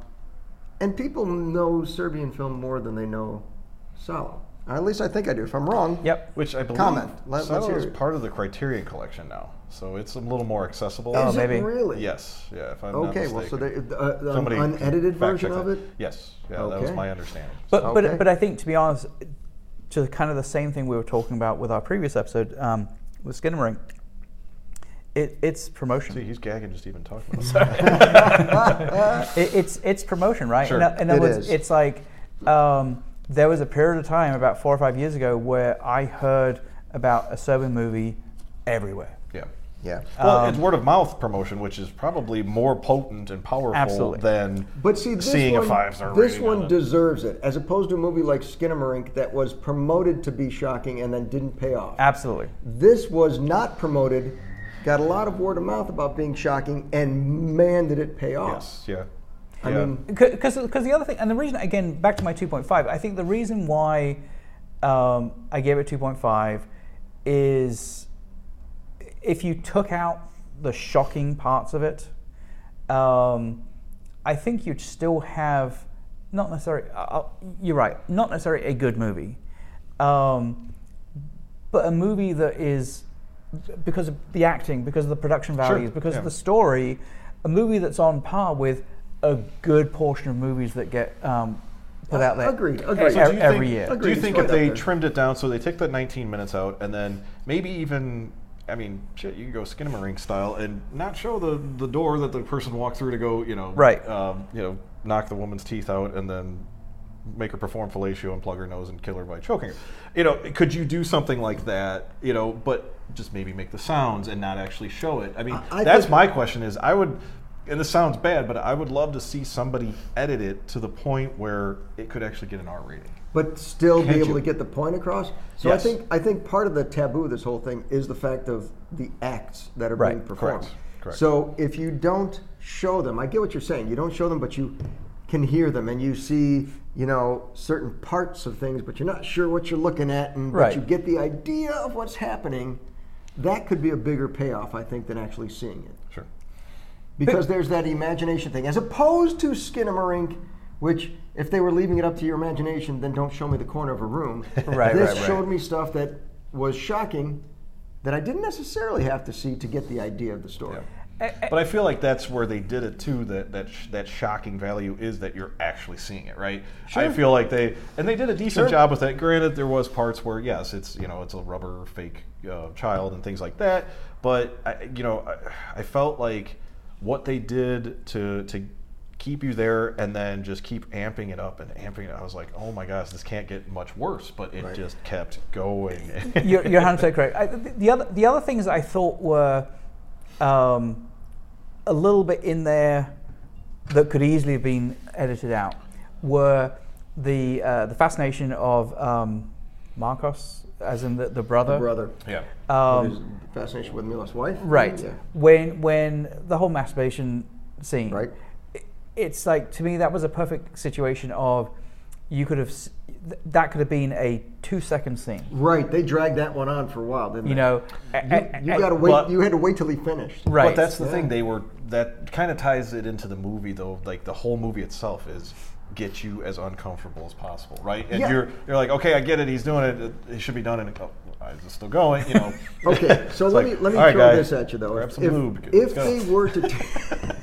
and people know Serbian film more than they know Salo. At least I think I do. If I'm wrong,
yep.
Which I believe
Comment. Let-
Silo
let's hear
is
it.
part of the Criterion collection now, so it's a little more accessible.
Oh,
Is
maybe.
it really?
Yes. Yeah. If I'm
Okay,
Not
well, so
mistaken.
the uh, an
Somebody
unedited
fact
version
check
of
that.
it.
Yes. Yeah. That was
Okay.
my understanding.
But
Okay.
but but I think to be honest, to kind of the same thing we were talking about with our previous episode um, with Skinnamarink, it, it's promotion.
See, he's gagging just even talking about
it, it's it's promotion, right?
Sure.
In, o- in other
It
words,
is.
it's like um, there was a period of time about four or five years ago where I heard about a Serbian movie everywhere.
it. Yeah. Um,
Yeah,
Well, it's word of mouth promotion, which is probably more potent and powerful
Absolutely.
than
but see, this
seeing
one,
a five star
this
rating
one
on it.
deserves it, as opposed to a movie like Skinamarink that was promoted to be shocking and then didn't pay off.
Absolutely.
This was not promoted, got a lot of word of mouth about being shocking, and man, did it pay off.
Yes. Yeah.
I
yeah.
mean,
because the other thing, and the reason again back to my 2.5, I think the reason why um, I gave it 2.5 is if you took out the shocking parts of it, um, I think you'd still have not necessarily. Uh, you're right, not necessarily a good movie, um, but a movie that is because of the acting, because of the production values, because
yeah.
of the story, a movie that's on par with a good portion of movies that get um, put out there.
Uh, Agreed,
e-
agreed.
So do you
every
think-
year.
Do you
Agreed,
think if
it's right up
they
there.
trimmed it down, so they take that 19 minutes out, and then maybe even, I mean, shit, you could go Skinamarink style and not show the, the door that the person walked through to go, you know,
Right.
um, you know, knock the woman's teeth out and then make her perform fellatio and plug her nose and kill her by choking her. You know, could you do something like that? You know, but just maybe make the sounds and not actually show it. I mean,
I- I
that's
think-
my question. Is I would. And this sounds bad, but I would love to see somebody edit it to the point where it could actually get an R rating.
but still be
Can't
able
you-
to get the point across. So
Yes.
I think I think part of the taboo of this whole thing is the fact of the acts that are
Right,
being performed.
correct, correct.
So if you don't show them, I get what you're saying. You don't show them, but you can hear them and you see, you know, certain parts of things, but you're not sure what you're looking at, and
Right.
but you get the idea of what's happening. That could be a bigger payoff, I think, than actually seeing it
Sure.
because there's that imagination thing, as opposed to Skinamarink, which if they were leaving it up to your imagination, then don't show me the corner of a room.
Right,
this
right, right.
showed me stuff that was shocking that I didn't necessarily have to see to get the idea of the story.
But I feel like that's where they did it too. That that sh- that shocking value is that you're actually seeing it, right? I feel like they and they did a decent
Sure.
job with that. Granted, there was parts where yes, it's you know it's a rubber fake uh, child and things like that. But I, you know, I, I felt like what they did to to keep you there and then just keep amping it up and amping it. I was like, oh my gosh, this can't get much worse. But it just kept going.
you're, you're 100 correct. I, th- the other the other things I thought were um, a little bit in there that could easily have been edited out were the uh, the fascination of um, Marcos, as in the, the brother.
Brother,
yeah.
Um,
his fascination with Mila's wife.
Right.
Yeah.
When when the whole masturbation scene.
Right.
i- It's like to me that was a perfect situation of you could have s- th- that could have been a two second scene.
Right. They dragged that one on for a while, didn't
You
they?
know, a-
You,
a-
you
a-
gotta wait.
But-
you had to wait till he finished.
right.
But that's the
Yeah.
thing. They were that kind of ties it into the movie though. Like the whole movie itself is get you as uncomfortable as possible, right? And
Yeah.
you're you're like, okay, I get it. He's doing it. It, it should be done. And oh, it's still going. You know.
Okay. So
It's
let
like,
me let me
all right,
throw
guys,
this at you though.
Grab
If-
some
if,
lube.
If
Let's go.
they were to.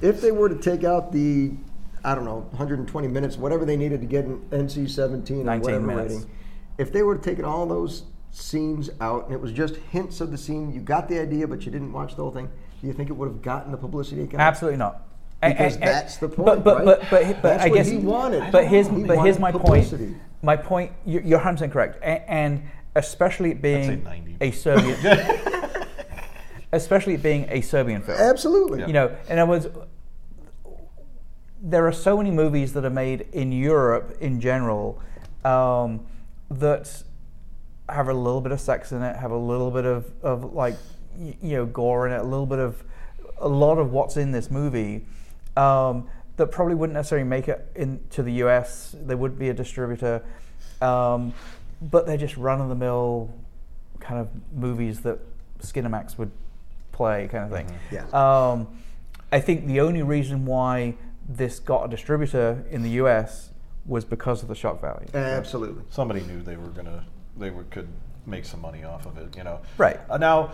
if they were to take out the, I don't know, 120 minutes, whatever they needed to get an NC-17 or
19
whatever
minutes.
rating, if they were to taken all those scenes out and it was just hints of the scene, you got the idea, but you didn't watch the whole thing. Do you think it would have gotten the publicity? it got?
Absolutely not.
Because
And- and-
that's the point,
But but
right?
but but, but
That's
I
what
guess
he wanted.
But here's
He
but here's
wanted
my
publicity.
point. My point. You're, you're 100 correct, and, and especially it
say
being
90.
a Serbian, especially it being a Serbian film.
Absolutely.
Yeah.
You know, in other words, there are so many movies that are made in Europe in general um, that have a little bit of sex in it, have a little bit of, of like, y- you know, gore in it, a little bit of a lot of what's in this movie um, that probably wouldn't necessarily make it into the US. There would be a distributor, um, but they're just run of the mill kind of movies that Skinamax would play, kind of thing.
Mm-hmm. Yeah.
Um, I think the only reason why this got a distributor in the US was because of the shock value.
Absolutely.
somebody knew they were gonna they were, could make some money off of it you know
Right.
uh, now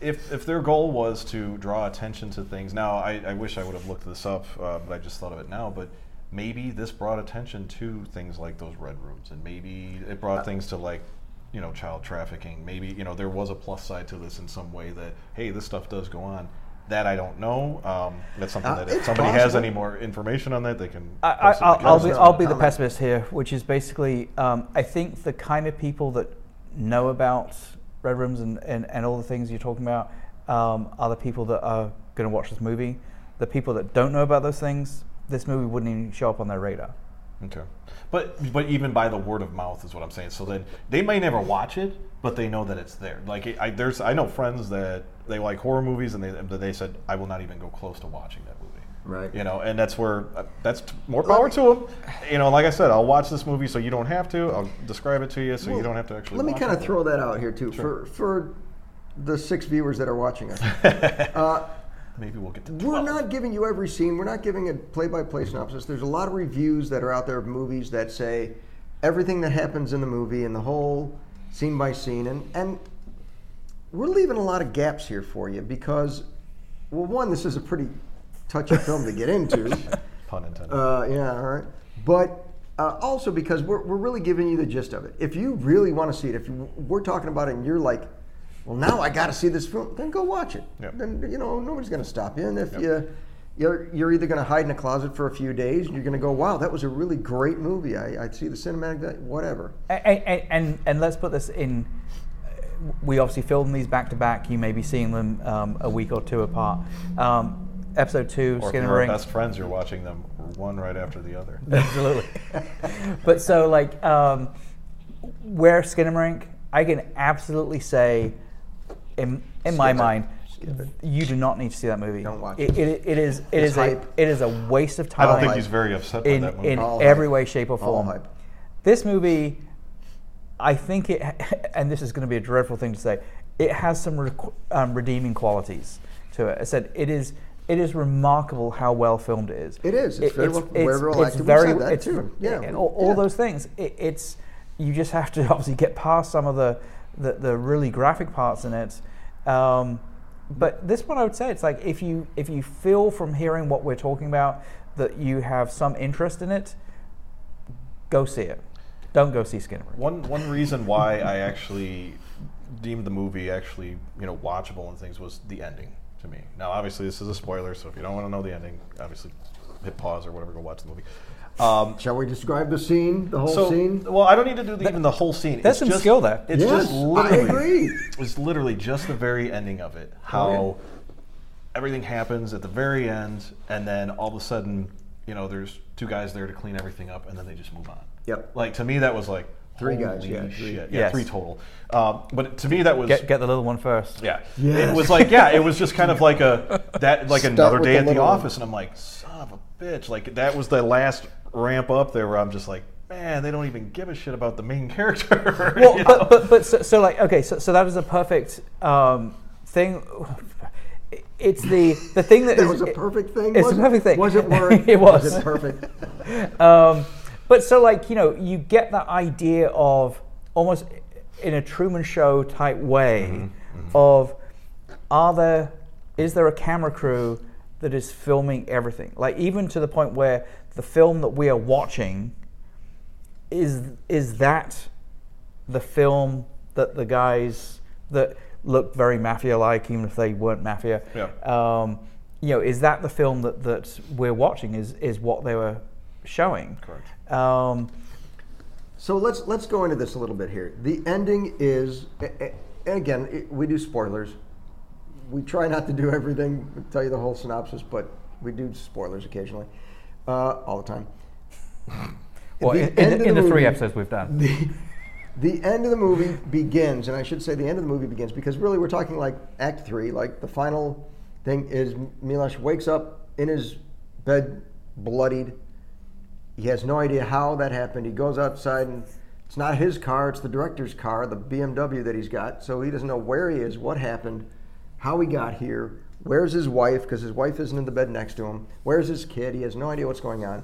if if their goal was to draw attention to things now i, I wish i would have looked this up uh, but i just thought of it now but maybe this brought attention to things like those red rooms and maybe it
Uh,
brought things to like you know child trafficking maybe you know there was a plus side to this in some way that hey this stuff does go on that I don't know. Um, that's something
Uh,
that if
it's
somebody has
possible.
any more information on that, they can.
I,
post it in the
will be,
comments.
I'll be the
Comment.
pessimist here, which is basically um, I think the kind of people that know about Red Rooms and, and, and all the things you're talking about um, are the people that are going to watch this movie. The people that don't know about those things, this movie wouldn't even show up on their radar.
Okay, but but even by the word of mouth is what I'm saying. So then they may never watch it, but they know that it's there. Like I, there's I know friends that they like horror movies, and they but they said I will not even go close to watching that movie.
Right.
You know, and that's where uh, that's t- more power to them. You know, like I said, I'll watch this movie so you don't have to. I'll describe it to you so you
Well,
don't have to actually.
Let me
watch
kind
it.
of throw that out here too for for the six viewers that are watching us. uh,
Maybe we'll get to.
we're
12.
not giving you every scene. We're not giving a play-by-play synopsis. There's a lot of reviews that are out there of movies that say everything that happens in the movie and the whole scene by scene, and and we're leaving a lot of gaps here for you because, well, one, this is a pretty touchy film to get into.
pun intended.
Uh, yeah, all right. But uh, also because we're, we're really giving you the gist of it. If you really want to see it, if you, we're talking about it and you're like, well, now I got to see this film, then go watch it.
Yep.
Then, you know, nobody's going to stop you. And if
Yep.
you, you're, you're either going to hide in a closet for a few days and you're going to go, wow, that was a really great movie. I, I see the cinematic, that, whatever.
and, and, and, and let's put this in. We obviously film these back to back. You may be seeing them um, a week or two apart. Um, episode two,
or if
Skin and
you're
Ring.
best friends, you're watching them one right after the other.
Absolutely. but so like um, where Skinnamarink, I can absolutely say in in my
Skip it.
mind
Skip it.
you do not need to see that movie.
Don't watch
it. It, it is it
It's
is a
hype.
it is a waste of
I
time.
don't think he's very upset by
in
that movie.
in
All
every
hype.
way, shape or
All
form.
hype.
This movie, I think it, and this is going to be a dreadful thing to say, it has some requ um, redeeming qualities to it. I said it is. It is remarkable how well filmed it is.
It is. It's very well- very well acted. We've said that too. Yeah,
and
we-
all, all
yeah.
those things. It, it's you just have to obviously get past some of the the, the really graphic parts in it. Um, but this one, I would say, it's like if you if you feel from hearing what we're talking about that you have some interest in it, go see it. Don't go see Skinner.
One one reason why I actually deemed the movie actually you know watchable and things was the ending to me. Now, obviously, this is a spoiler, so if you don't want to know the ending, obviously hit pause or whatever, go watch the movie. Um,
Shall we describe the scene, the whole
so,
scene?
well, I don't need to do the, even the whole scene.
that's
It's
some
just-
skill there.
It's
yes,
just literally.
I agree.
It's literally just the very ending of
Oh,
it. How everything happens at the very end, and then all of a sudden, you know, there's two guys there to clean everything up, and then they just move on.
Yep.
Like to me, that was like
Three guys,
holy
yeah, three.
shit. yeah,
Yes.
three total. Um, but to me, that was
Get get the little one first.
yeah. It
Yes.
was like yeah, it was just kind of like a that like
Start
another
with
day
the
at the
little one.
office, and I'm like, son of a bitch. Like that was the last ramp up there where I'm just like, man, they don't even give a shit about the main character.
well,
you know?
but, but but so, so like okay, so, so that is a perfect um, thing. It's the the thing that
That was
is-
a perfect thing.
It's
was
a perfect thing.
Was it Warren?
it was.
Was it perfect?
um, but so like you know you get that idea of almost in a Truman Show type way of are there is there a camera crew that is filming everything like even to the point where the film that we are watching is is that the film that the guys that looked very mafia like even if they weren't mafia
Yeah.
um, you know, is that the film that, that we're watching? Is is what they were showing?
Correct.
Um,
So let's let's go into this a little bit here. The ending is, a- a- and again, it, we do spoilers. We try not to do everything, we tell you the whole synopsis, but we do spoilers occasionally, uh, all the time.
well,
The
in, in,
end of
the, in the three
movie-
episodes we've done.
The, the end of the movie begins, and I should say the end of the movie begins because really we're talking like Act Three, like the final thing is Milosh wakes up in his bed, bloodied. He has no idea how that happened. He goes outside, and it's not his car; it's the director's car, the BMW that he's got. So he doesn't know where he is, what happened, how he got here. Where's his wife? Because his wife isn't in the bed next to him. Where's his kid? He has no idea what's going on.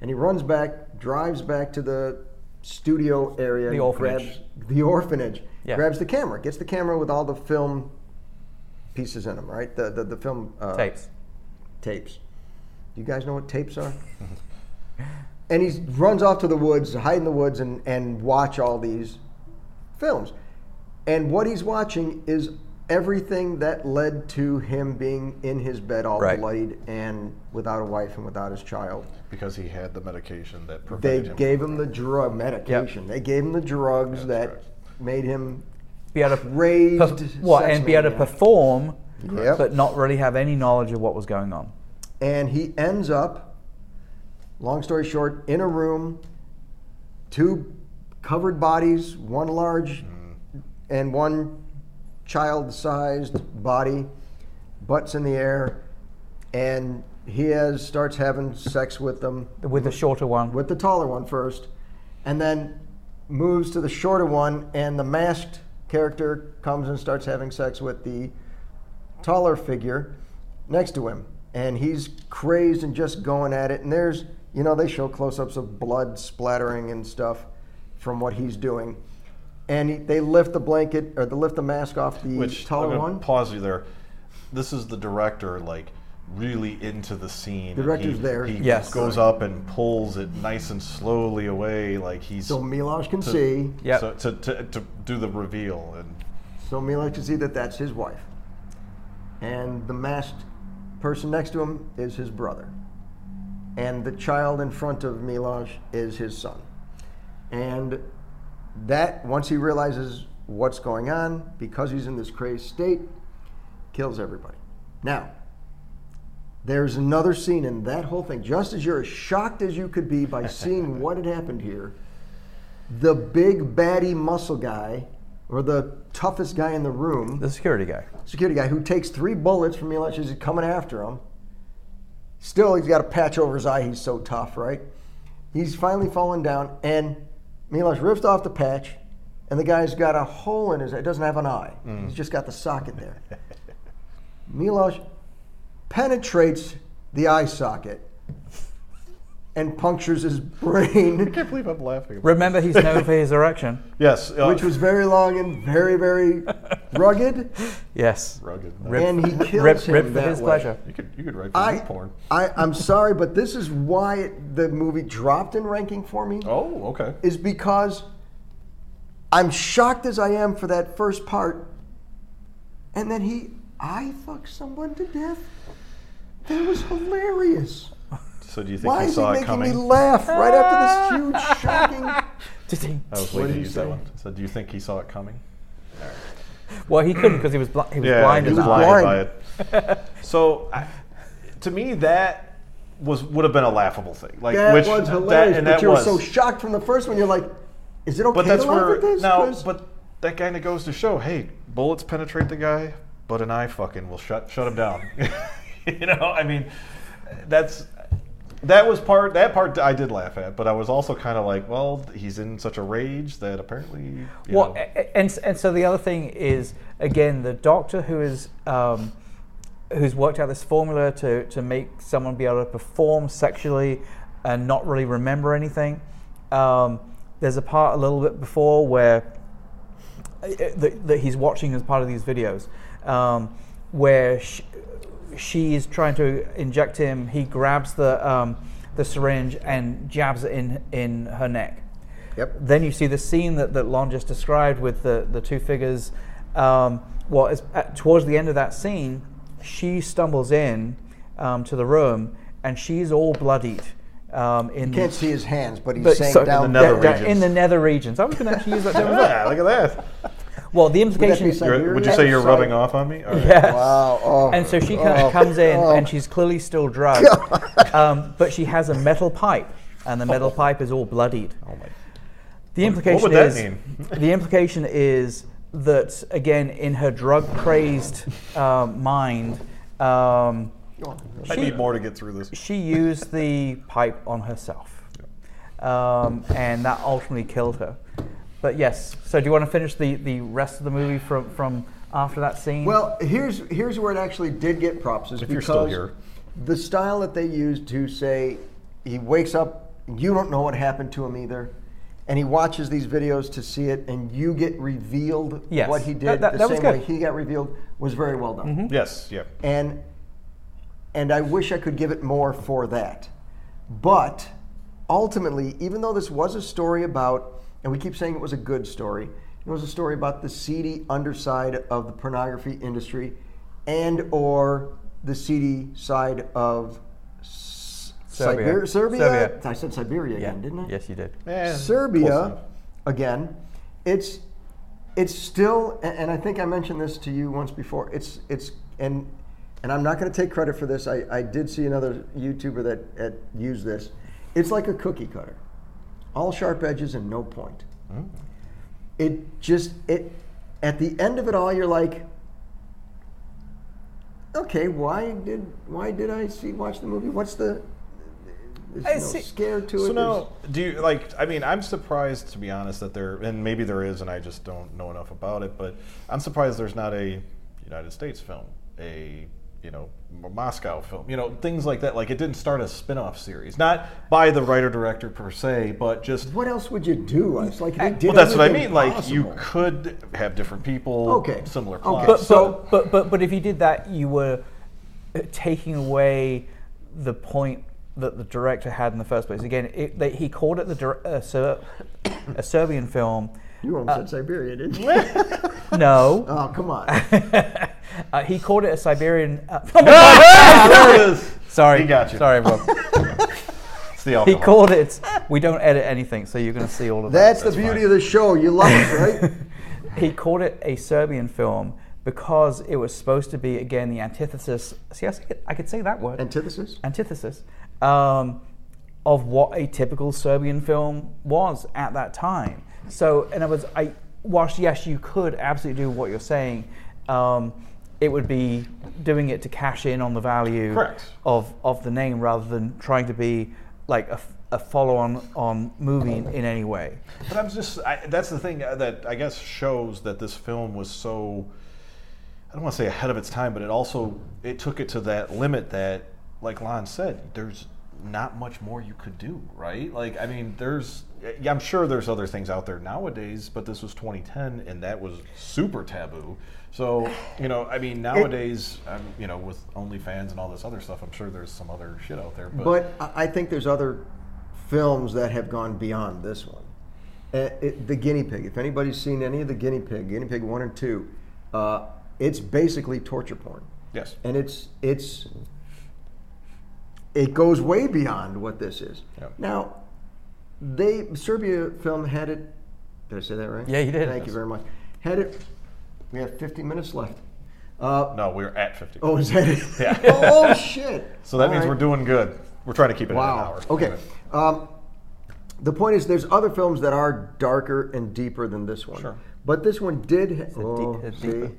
And he runs back, drives back to the studio area.
The
and
orphanage.
Grabs the orphanage.
Yeah.
Grabs the camera. Gets the camera with all the film pieces in them, right? The the, the film uh,
Tapes.
Tapes. Do you guys know what tapes are? and he runs off to the woods, hide in the woods, and, and watch all these films. And what he's watching is everything that led to him being in his bed all
Right.
bloodied and without a wife and without his child.
Because he had the medication that
They
prevented him.
gave him the drug medication. They gave him the drugs that
correct.
made him
Be able to
crazed.
perf- what
sex
and be able to
maniac.
perform,
Correct.
but not really have any knowledge of what was going on.
and he ends up, long story short, in a room, two covered bodies, one large and one child sized body, butts in the air, and he has, starts having sex with them,
With the shorter one,
with the taller one first, and then moves to the shorter one, and the masked character comes and starts having sex with the taller figure next to him. And he's crazed and just going at it. And there's, you know, they show close ups of blood splattering and stuff from what he's doing. And he, they lift the blanket or they lift the mask off the
Which I'm
taller
gonna
one.
Pause you there. This is the director, like really into the scene. and
The director's
he,
there.
He
Yes.
goes up and pulls it nice and slowly away, like he's
So Milosh can see.
Yep.
so- to, to, to do the reveal and
So Mila can see that that's his wife. And the masked person next to him is his brother. And the child in front of Milaj is his son. And that, once he realizes what's going on, because he's in this crazed state, kills everybody. Now, there's another scene in that whole thing. Just as you're as shocked as you could be by seeing what had happened here, the big baddie muscle guy, or the toughest guy in the room,
the security guy.
security guy who takes three bullets from Elon Musk is coming after him. Still, he's got a patch over his eye. He's so tough, right? He's finally fallen down, and Milos rips off the patch, and the guy's got a hole in his eye. doesn't have an eye. He's just got the socket there. Milos penetrates the eye socket and punctures his brain,
I can't believe I'm laughing.
Remember, he's known for his erection.
Yes, uh,
which was very long and very, very rugged,
Yes.
rugged.
Rip-
and he kills
Rip,
him
rip for
that
his
way.
pleasure.
You could you could write for
I,
youth porn.
I, I'm sorry, but this is why it- the movie dropped in ranking for me,
Oh, okay.
is because I'm shocked as I am for that first part, and then he, I fucked someone to death. That was hilarious.
So do you think
Why
he
is he
saw it
making
coming?
me laugh right after this huge shocking?
Ding.
I was
What
waiting
did
to
he
use that
say?
one. So do you think he saw it coming?
Well, he couldn't because he was bl- he was blind.
he
as
was
a-
blinded
blind.
by it. so, I, to me, that was would have been a laughable thing. Like
That
which
was hilarious,
and
but
that
you were
was.
so shocked from the first one. You're like, is it okay
but that's
to laugh
where
at this?
now.
'Cause-
But that kind of goes to show, hey, bullets penetrate the guy, but an eye fucking will shut shut him down. you know, I mean, that's. That was part. That part I did laugh at, but I was also kind of like, well, he's in such a rage that apparently. you
Well, eh,
know.
a- a- and s- and so the other thing is again the doctor who is um, who's worked out this formula to to make someone be able to perform sexually and not really remember anything. Um, there's a part a little bit before where uh, uh, that, that he's watching as part of these videos, um, where she, she is trying to inject him. He grabs the um, the syringe and jabs it in in her neck.
Yep.
Then you see the scene that, that Lon just described with the, the two figures. Um, well, it's, at, towards the end of that scene, she stumbles in um, to the room, and she's all bloodied. Um, in
Can't see his hands, but he's
but-
saying
so-
down
nether
da- da-
regions.
in the nether regions. I was going to actually use that. term as well.
Yeah, look at that.
Well, the
be
implication
some-
You're- would you say you're rubbing off on me? All right.
Yes.
Wow. Oh.
And so she kind
Oh.
of comes in,
Oh.
and she's clearly still drugged, um, but she has a metal pipe, and the metal pipe is all bloodied.
Oh my. What- what
The implication
would that
is
mean?
the implication is that again, in her drug crazed um, mind, um,
I
She-
need more to get through this.
she used the pipe on herself, um, and that ultimately killed her. But yes, so do you want to finish the, the rest of the movie from from after that scene?
Well, here's here's where it actually did get props is
If
because
you're still here.
the style that they used to say he wakes up, you don't know what happened to him either, and he watches these videos to see it, and you get revealed
Yes.
what he did
That- that-
the
that was
same way
good. Mm-hmm.
he got revealed was very well done
Yes. Yep.
and and I wish I could give it more for that. But ultimately, even though this was a story about, and we keep saying it was a good story, it was a story about the seedy underside of the pornography industry, and or the seedy side of S-
Serbia.
Siber- Serbia.
Serbia.
I said Siberia again, didn't I?
Yes, you did.
Eh, close
Serbia,
enough.
again, it's it's still, a- and I think I mentioned this to you once before. It's it's and and I'm not going to take credit for this. I, I did see another YouTuber that, that used this. It's like a cookie cutter, all sharp edges and no point.
Hmm.
It just it at the end of it all, you're like, okay, why did why did I see watch the movie? What's the there's
I
no
see-
scare to it.
So
there's-
now, do you like? I mean, I'm surprised to be honest that there, and maybe there is, and I just don't know enough about it. But I'm surprised there's not a United States film, a you know M- Moscow film, you know things like that. Like it didn't start a spin-off series, not by the writer director per se, but just.
What else would you do? It's like they did
Well, that's what I
everything
mean. Like you
possible.
could have different people,
Okay.
similar
Okay.
plots.
but,
So-
but, but, but, but if you did that, you were uh, taking away the point that the director had in the first place. Again, it, they, he called it the dir- uh, Ser- a Serbian film.
you almost said Siberia, didn't you?
No,
oh, come on.
uh, he called it a Siberian. Uh,
there it is.
sorry,
He got you.
sorry, everyone.
It's the
he
alcohol.
called it. We don't edit anything, so you're going to see all of that.
That's, the beauty of the show. You love it, right?
he called it a Serbian film because it was supposed to be again the antithesis. See, I, say it- I could say that word.
Antithesis.
antithesis um, of what a typical Serbian film was at that time. So, in other words, I, whilst yes, you could absolutely do what you're saying, um, it would be doing it to cash in on the value
Correct.
of, of the name rather than trying to be like a, f- a follow on on movie in, in any way.
But I'm just, I, that's the thing uh, that I guess shows that this film was so, I don't want to say ahead of its time, but it also, it took it to that limit that, like Lon said, there's not much more you could do, right? Like, I mean, there's, yeah, I'm sure there's other things out there nowadays, but this was 2010 and that was super taboo. So, you know, I mean, nowadays, um, you know, with OnlyFans and all this other stuff, I'm sure there's some other shit out there. But,
But I I think there's other films that have gone beyond this one. Uh, it- the Guinea Pig. If anybody's seen any of the Guinea Pig, Guinea Pig one and two, uh, it's basically torture porn,
yes.
and it's it's it goes way beyond what this is.
Yep.
Now, they Serbia film had it. Did I say that right?
Yeah, you did.
Thank you very much. Had it. We have 50 minutes left. Uh,
No, we're at 50.
Oh, is that it?
Yeah.
oh, shit.
So that
All
means
right.
we're doing good. We're trying to keep it at an
Wow.
hour.
Okay. Um, the point is, there's other films that are darker and deeper than this one.
Sure.
But this one did. Ha-
a
oh,
deep- a
see?
deeper.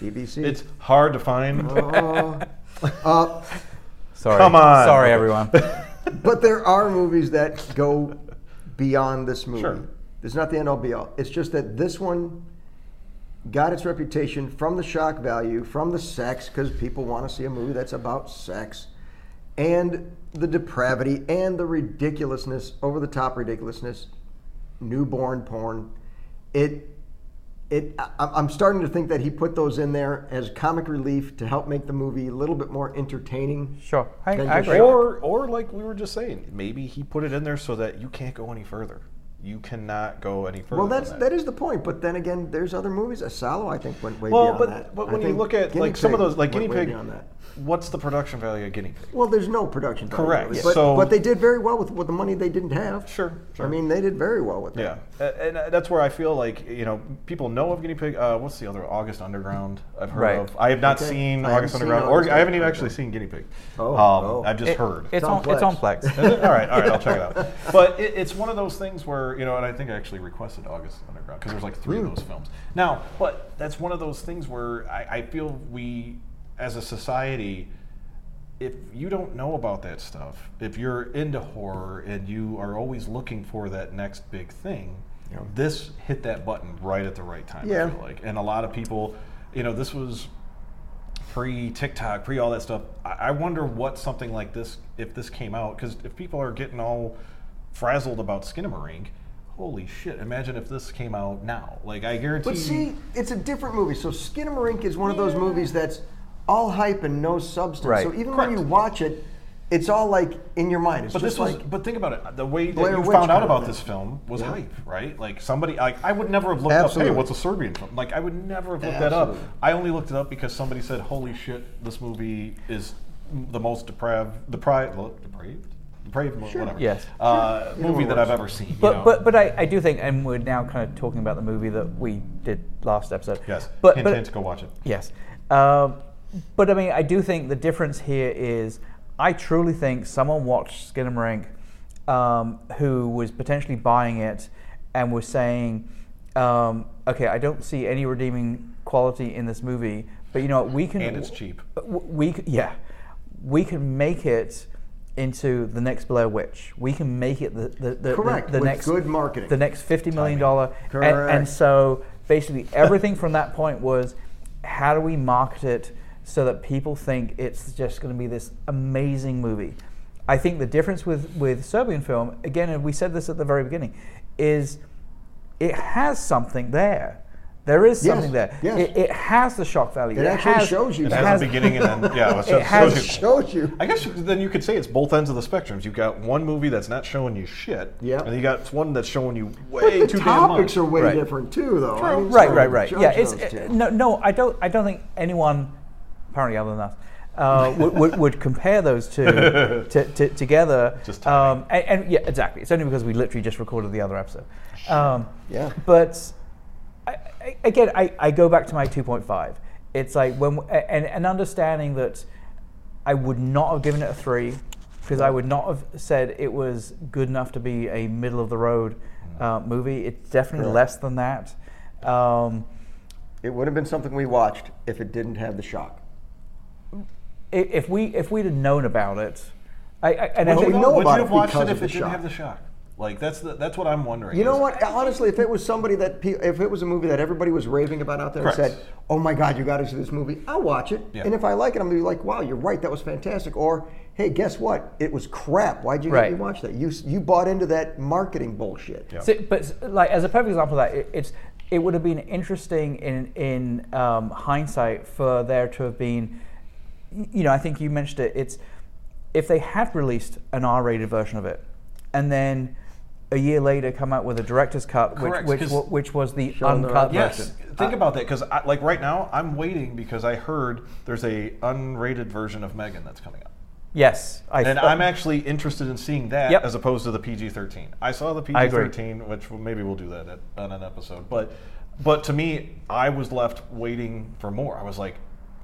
BBC.
Mm. It's hard to find.
Oh. Uh,
Sorry,
Come on.
sorry, everyone.
but there are movies that go beyond this movie.
Sure.
It's not the end all be all. It's just that this one got its reputation from the shock value, from the sex, because people want to see a movie that's about sex, and the depravity and the ridiculousness, over the top ridiculousness, newborn porn. It. It, I, I'm- I'm starting to think that he put those in there as comic relief to help make the movie a little bit more entertaining.
Sure, I,
Then
I
just
agree.
Or, or like we were just saying, maybe he put it in there so that you can't go any further. You cannot go any further.
Well, that's
than
that is the point. But then again, there's other movies. Asalo, I think, went way
Well,
beyond
but
that.
but
I
when you
think
look at
Guinea
like some of
Pig
those like
went
guinea
way
pig,
beyond that.
what's the production value of guinea pig?
Well, there's no production. value,
Correct.
really,
Yeah.
But,
So-
but they did very well with, with the money they didn't have.
Sure, sure.
I mean, they did very well with
Yeah,
that.
A- and uh, that's where I feel like you know people know of Guinea Pig. Uh, what's the other August Underground? I've heard
Right.
of. I have not
Okay.
seen
I
August
haven't seen
Underground,
August
or I haven't even
Underground.
actually seen Guinea Pig.
Oh,
um,
oh.
I've just
It-
heard.
It's
on
on, it's on
Plex.
Plex.
Is it? All right, all right, I'll check it out. But it, it's one of those things where you know, and I think I actually requested August Underground because there's like three
Hmm.
of those films now. But that's one of those things where I, I feel we, as a society, if you don't know about that stuff, if you're into horror and you are always looking for that next big thing,
Yeah.
this hit that button right at the right time.
Yeah.
I feel like, and a lot of people, you know, this was pre TikTok, pre all that stuff. I, I wonder what something like this, if this came out, because if people are getting all frazzled about Skinnamarink, holy shit! Imagine if this came out now. Like I guarantee.
But see, it's a different movie. So Skinamarink is one of those movies that's all hype and no substance.
Right.
So even
Correct.
when you watch it, it's all like in your mind. It's
But
just
this was.
like
but think about it. The way that
Blair
you
Witch
found out
kind of
about
thing.
this film was hype, right? Like somebody, like I would never have looked
Absolutely.
up. Hey, what's a Serbian film? Like I would never have looked that
Absolutely.
up. I only looked it up because somebody said, "Holy shit, this movie is the most depraved, deprived, well, depraved, depraved, mo- whatever,
Yes.
uh, movie
one
that
works.
I've ever seen." you
But,
know?
but but I, I do think, and we're now kind of talking about the movie that we did last episode.
yes,
but
hint,
but
hint, go watch it.
yes, Um but I mean, I do think the difference here is I truly think someone watched Skinamarink um, who was potentially buying it and was saying, um, okay, I don't see any redeeming quality in this movie, but you know what, we can
And it's cheap.
w- we c- yeah we can make it into the next Blair Witch. We can make it the the, the,
Correct,
the, the
with
next
good marketing.
The next fifty million dollar. And, and
Correct.
so basically everything from that point was how do we market it so that people think it's just going to be this amazing movie. I think the difference with with Serbian film again, and we said this at the very beginning, is it has something there. There is
Yes,
something there.
yes.
It, it has the shock value.
It actually
has-
shows you
It
It
has a beginning and then yeah, it, was
It
just-
has-
shows you-
showed you.
I guess then you could say it's both ends of the spectrums. You've got one movie that's not showing you shit,
Yep.
and you got one that's showing you
But
way
the
too damn much.
topics are way
Right.
different too, though. I
True.
mean,
Right,
so
right, right.
judge
Yeah, it's
those two.
uh, no, no. I don't. I don't think anyone, apparently, other than us, uh, would, would, would compare those two to, to, together.
Just
um, and, and yeah, exactly. It's only because we literally just recorded the other episode. Um,
Yeah.
But I, I, again, I, I go back to my two point five. It's like when a- and, and understanding that I would not have given it a three because I would not have said it was good enough to be a middle of the road uh, movie. It's definitely
Correct.
less than that. Um,
It would have been something we watched if it didn't have the shock.
i- if we if we'd have known about it, I, I and I
Well,
Would
think,
you
know
would
about
you
it
have watched
because
it
of
if
the
it didn't
shock.
have the shock? Like that's the, that's what I'm wondering.
You know
is-
what? Honestly, if it was somebody that pe- if it was a movie that everybody was raving about out there and
Correct.
said, "Oh my God, you got to see this movie," I'll watch it,
Yeah.
and if I like it, I'm gonna be like, "Wow, you're right, that was fantastic," or "Hey, guess what? It was crap. Why'd you
Right.
let me watch that? You s- you bought into that marketing bullshit."
Yeah.
so- but s- like as a perfect example of that, it, it's it would have been interesting in in um, hindsight for there to have been, y- you know, I think you mentioned it. It's if they had released an R-rated version of it, and then. A year later, come out with a director's cut, which
Correct,
which,
'cause-
wa- which was the
Shown the
uncut
right
Yes,
version.
think about that because like right now I'm waiting because I heard there's a unrated version of Megan that's coming out,
Yes, I
and
th-
I'm actually interested in seeing that
Yep.
as opposed to the PG-13. I saw the
I agree.
PG-13, which well, maybe we'll do that at, on an episode. But but to me, I was left waiting for more. I was like,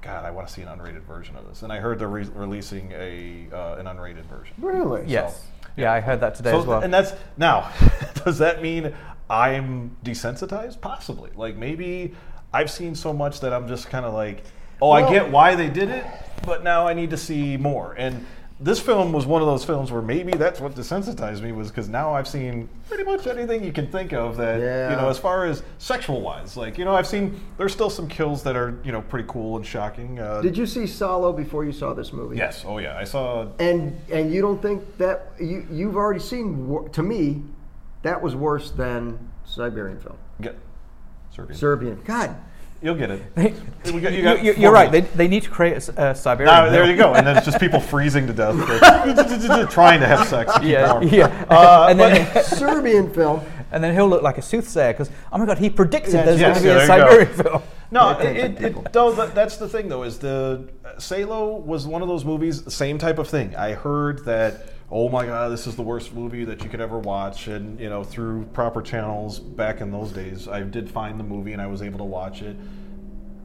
God, I want to see an unrated version of this, and I heard they're re- releasing a uh, an unrated version.
Really?
Yes. yeah. I heard that today
So,
as well.
and that's now. does that mean I'm desensitized? Possibly. Like maybe I've seen so much that I'm just kind of like, oh, I
Well-
get why they did it, but now I need to see more. And this film was one of those films where maybe that's what desensitized me was because now I've seen pretty much anything you can think of that you
Yeah.
know as far as sexual wise, like you know I've seen there's still some kills that are you know pretty cool and shocking. Uh,
Did you see Solo before you saw this movie?
Yes. Oh yeah. I saw.
And and you don't think that you you've already seen wor- to me that was worse than Siberian film,
Get, Serbian.
Serbian. God,
You'll get it. We got- you
you,
got
you,
four
you're right. They,
minutes.
they need to create a, s- a Siberian.
Ah, there
hill.
you go. And then it's just people freezing to death, like, trying to have sex. to keep
Yeah,
warm.
yeah.
Uh,
and,
but-
then,
Serbian film.
and then he'll look like a soothsayer because oh my god, he predicted there's
yes,
going to be a
yeah, there you
Siberian
go.
film.
No,
Pay attention,
it, it,
people.
it does. that- That's the thing, though, is the uh, Salo was one of those movies, the same type of thing. I heard that, oh my God, this is the worst movie that you could ever watch, and you know, through proper channels back in those days, I did find the movie and I was able to watch it,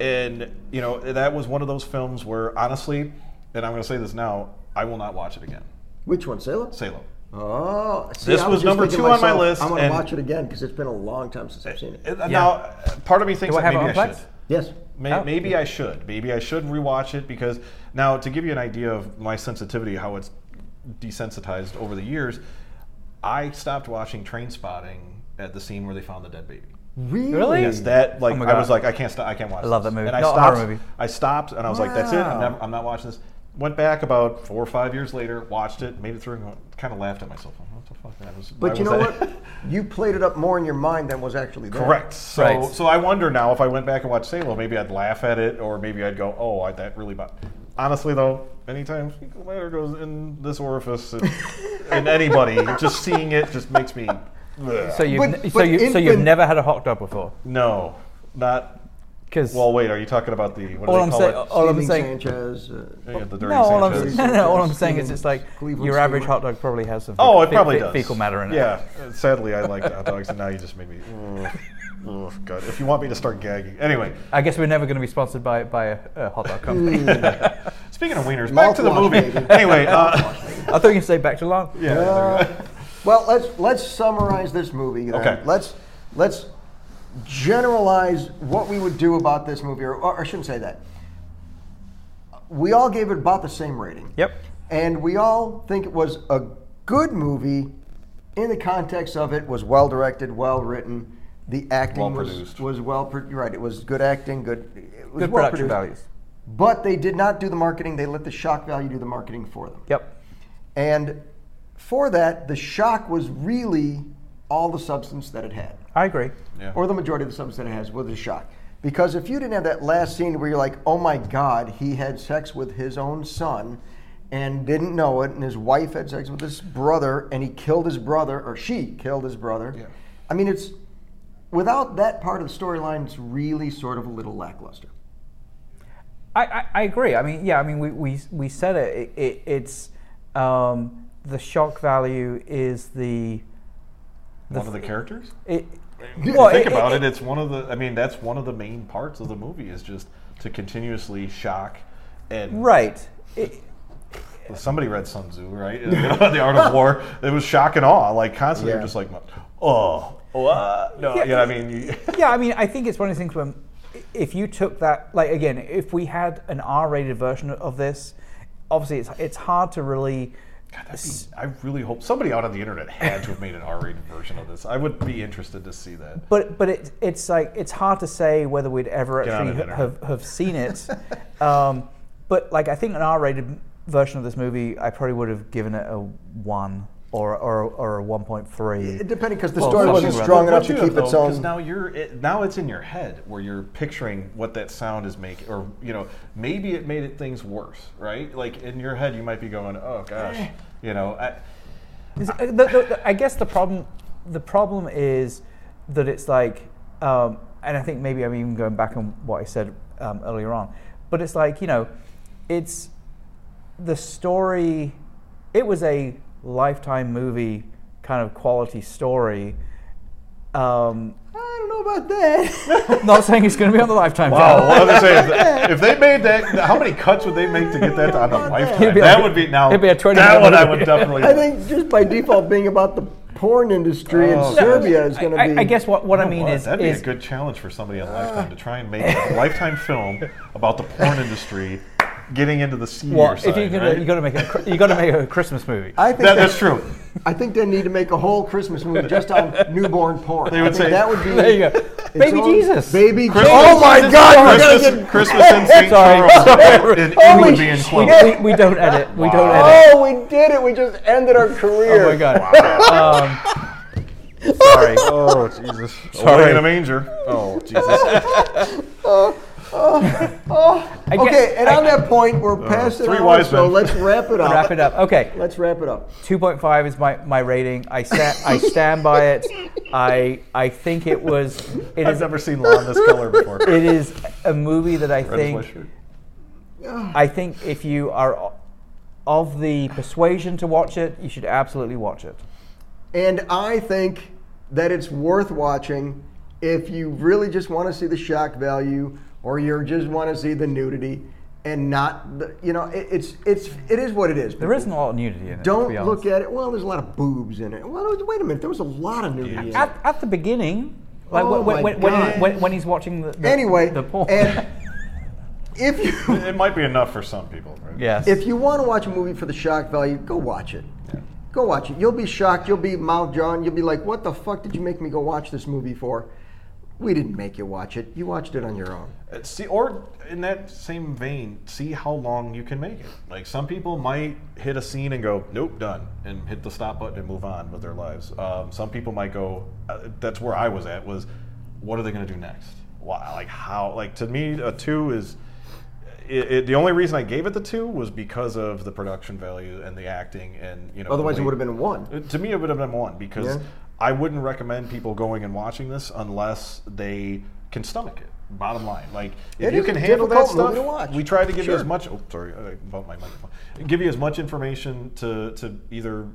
and you know, that was one of those films where honestly, and I'm going to say this now, I will not watch it again.
Which one, Salem?
Salo.
Oh, see,
This
I
was
just
number
thinking
two on my
myself,
list,
I want to
and-
watch it again because it's been a long time since I've seen it.
Uh, Now, part of me thinks
Do I
that
have it
maybe
on
I
Plex?
should.
Yes.
May,
Oh.
Maybe I should. Maybe I should rewatch it because now, to give you an idea of my sensitivity, how it's desensitized over the years, I stopped watching Train Spotting at the scene where they found the dead baby.
Really?
Really?
Yes, that like
Oh my
I was
God.
like I can't stop. I can't watch.
I love
this.
that movie.
And I
No, horror
stopped.
movie.
I stopped and I was like, that's it. I'm,
Wow.
never, I'm not watching this. Went back about four or five years later, watched it, made it through, and kind of laughed at myself. What the fuck? That was. why
But you
was
know
that-
what? You played it up more in your mind than was actually there.
Correct. So,
Right.
so I wonder now if I went back and watched Salo, maybe I'd laugh at it, or maybe I'd go, "Oh, I, that really." But honestly, though, anytime fecal matter goes in this orifice, it, in anybody, just seeing it just makes me. Ugh.
So you've,
But-
n- so,
but
you, so you've
infant-
never had a hot dog before?
no, not.
Because
Well, wait. Are you talking about the what do
All
they
I'm
call
saying-
it?
All I'm
Steven
saying-
Sanchez. uh,
Yeah, the dirty
no, all I'm,
Sanchez.
no, no, all I'm
Sanchez,
saying is it's like
Cleveland
your average
Steamer.
hot dog probably has some
Oh,
fe-
it probably
fe-
does.
fecal matter in it.
yeah. uh, Sadly, I liked hot dogs, and now you just made me. Ugh, ugh, God. If you want me to start gagging, anyway.
I guess we're never going to be sponsored by, by a, a hot dog company.
Speaking of wieners, back to the
Mouthwash,
movie.
baby.
Anyway, uh,
I thought you could say back to lunch.
yeah. there you go.
Uh, Well, let's let's summarize this movie. then.
Okay.
Let's let's generalize what we would do about this movie, or, or I shouldn't say that. We all gave it about the same rating.
Yep.
And we all think it was a good movie in the context of it was well directed, well written. The acting was,
Well-produced.
was well, pro- you're right. It was good acting, good, it was
Good
well
production
produced.
values.
But they did not do the marketing. They let the shock value do the marketing for them.
Yep.
And for that, the shock was really all the substance that it had,
I agree.
Yeah.
or the majority of the substance that it has was the shock. Because if you didn't have that last scene where you're like, oh my God, he had sex with his own son and didn't know it, and his wife had sex with his brother, and he killed his brother, or she killed his brother.
Yeah.
I mean, it's without that part of the storyline, it's really sort of a little lackluster.
I, I, I agree. I mean, yeah. I mean, we, we, we said it. it, it it's um, the shock value is the.
one of the characters.
It,
If
well,
you think
Oh, it-
about it,
it-
it's one of the. I mean, that's one of the main parts of the movie is just to continuously shock and.
right. It-
Somebody read Sun Tzu, right? the Art of War. It was shock and awe, like constantly.
Yeah.
You're just like, oh, what? No,
Yeah.
yeah. You know, I mean, you,
yeah, I mean, I think it's one of the things when if you took that, like again, if we had an R-rated version of this, obviously it's it's hard to really. s-
I really hope somebody out on the internet had to have made an R-rated version of this. I would be interested to see that.
But but it, it's like it's hard to say whether we'd ever
Get on
actually
it,
ha-
Hunter.
have, have seen it. um, but like I think an R-rated version of this movie, I probably would have given it a one or or, or a one point three.
It depended because the
Well,
story
something
wasn't
rather-
strong
What
enough
you
to
have,
keep its
though, 'cause
own.
now you're it, now it's in your head where you're picturing what that sound is making, or you know, maybe it made it things worse, right? Like in your head, you might be going, "Oh gosh," you know. I,
Is- uh, the- the- the- I guess the problem the problem is that it's like, um, and I think maybe I'm even going back on what I said um, earlier on, but it's like you know, it's the story. It was a lifetime movie kind of quality story. Um,
I don't know about that.
not saying it's going to be on the lifetime.
Wow,
Oh,
channel.
what was I saying? If they made that, how many cuts would they make to get that on a lifetime?
It'd be
that
like-
would be now.
it'd be a 20
That one I
minute
would
movie.
definitely.
I think just by default being about the porn industry
Oh.
in Serbia is going to
I-
be.
I, I guess what, what
You
I
know
mean
what?
is
that'd be
is- Uh.
a good challenge for somebody on Lifetime to try and make a lifetime film about the porn industry getting into the senior
well, if
side.
you're gonna
right?
you got to make a cr- you got to make a Christmas movie.
I think
That-
they-
that's true.
I think they need to make a whole Christmas movie just on newborn porn.
They would
I think
say-
that would be.
there you go,
its
baby
own-
Jesus.
Baby Jesus.
Christmas-
Oh my God! We're
Christmas,
gonna get,
Christmas in St.
Sorry.
Charles.
Sorry.
And
Holy
it would be in
shit.
we,
quotes.
we, we don't edit. We don't
Wow.
edit.
oh, we did it! We just ended our career.
Oh my god. Um, sorry.
Oh Jesus!
Sorry.
Away in a manger. Oh Jesus!
I guess-
Okay, and
I-
on that point, we're past it
Uh, three
hour,
wise
so
men.
let's wrap it up.
wrap it up. Okay,
Let's wrap it up.
2.5 is my, my rating. I sa- I stand by it. I I think it was. It
I've
is.
never seen law in this color before.
It is a movie that I
Red is my
think.
shirt.
I think if you are o- of the persuasion to watch it, you should absolutely watch it.
And I think that it's worth watching if you really just want to see the shock value or you just want to see the nudity and not the, you know it, it's it's it is what it is.
There isn't a lot of nudity in it. to
Don't
be
look
honest.
at it. Well, there's a lot of boobs in it. Well, wait a minute. There was a lot of nudity. in it.
at, at the beginning, like
Oh
when,
my
when, when,
God.
when, when he's watching the, the
Anyway,
the porn.
and if you
It might be enough for some people. Right?
yes,
If you want to watch a movie for the shock value, go watch it. Go watch it. You'll be shocked. You'll be mouth drawn. You'll be like, what the fuck did you make me go watch this movie for? We didn't make you watch it. You watched it on your own.
Uh, See, or in that same vein, see how long you can make it. Like some people might hit a scene and go, "Nope, done," and hit the stop button and move on with their lives. Um, some people might go, uh, "That's where I was at." Was what are they going to do next? Wow, like how? Like to me, a two is. It, it, the only reason I gave it the two was because of the production value and the acting, and you know.
Otherwise, it
the
would
way-
have been one.
Uh, to me, it would have been one because
Yeah.
I wouldn't recommend people going and watching this unless they can stomach it. Bottom line, like if
It
you
is
can
a
handle that
difficult movie
stuff,
to watch.
we try to give you as
Sure.
much. Oh, sorry, I bumped my microphone. Give you as much information to to either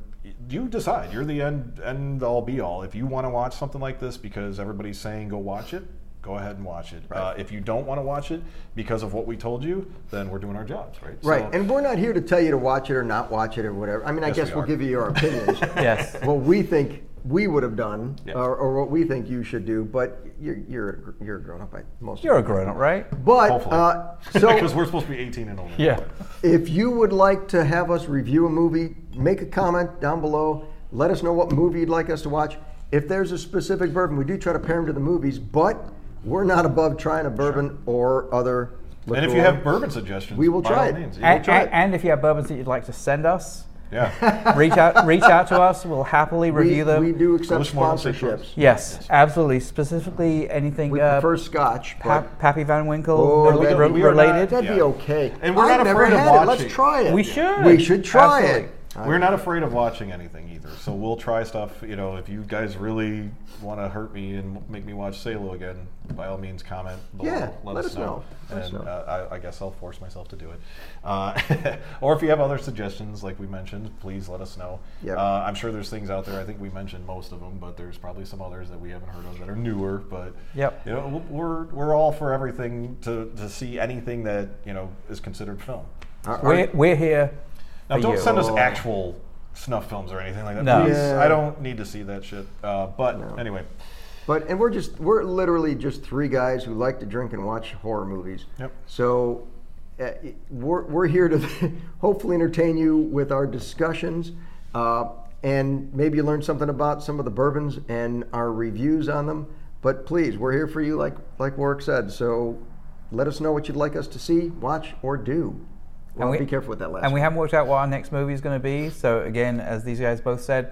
you decide. You're the end end all be all. If you want to watch something like this because everybody's saying go watch it. Go ahead and watch it. Uh, if you don't want to watch it because of what we told you, then we're doing our jobs, right?
Right.
So-
and we're not here to tell you to watch it or not watch it or whatever. I mean, I
Yes,
guess
we
we will
are.
give you your opinions.
Yes.
What we think we would have done
Yeah.
or, or what we think you should do, but you're, you're, a gr- you're a grown up. I most
you're a grown up, right?
But
Hopefully.
uh, so
because we're supposed to be 18 and older.
Yeah.
If you would like to have us review a movie, make a comment down below. Let us know what movie you'd like us to watch. If there's a specific bourbon, we do try to pair them to the movies, but we're not above trying a bourbon or other. Liqueur.
And if you have bourbon suggestions,
We will
by
try
all
it.
means, yeah.
And,
try it.
and, and if you have bourbons that you'd like to send us,
yeah.
reach out reach out to us. We'll happily
we,
review them.
we do accept
English Mormon Six Rooms.
sponsorships.
Yes, absolutely. Specifically, anything
We
uh,
prefer Scotch, but
Pa- Pappy Van Winkle
Oh,
rel-
that'd
rel-
be- we
are not-
related.
that'd be
Yeah.
okay.
And we're
I've
not
never
afraid of
had it.
watching.
Let's try it.
We should.
We should try
Absolutely.
it.
We're not afraid of watching anything either, so we'll try stuff. You know, if you guys really want to hurt me and make me watch Salo again, by all means, comment. Below.
Yeah, let us know. Let us
and
know.
Uh, I, I guess I'll force myself to do it. Uh, or if you have other suggestions, like we mentioned, please let us know.
Yep.
Uh, I'm sure there's things out there. I think we mentioned most of them, but there's probably some others that we haven't heard of that are newer. But
Yep.
you know, w- we're we're all for everything to to see anything that you know is considered film.
Our- our-
We're, we're here.
Now,
for
don't
you.
send us actual snuff films or anything like that.
No.
Please,
Yeah.
I don't need to see that shit. Uh, but anyway,
But and we're just we're literally just three guys who like to drink and watch horror movies.
Yep.
So uh, we're we're here to hopefully entertain you with our discussions, uh, and maybe learn something about some of the bourbons and our reviews on them. But please, we're here for you, like like Warwick said. So let us know what you'd like us to see, watch, or do. Well,
we-
be careful with that last.
And we haven't worked out what our next movie is going to be. So, again, as these guys both said,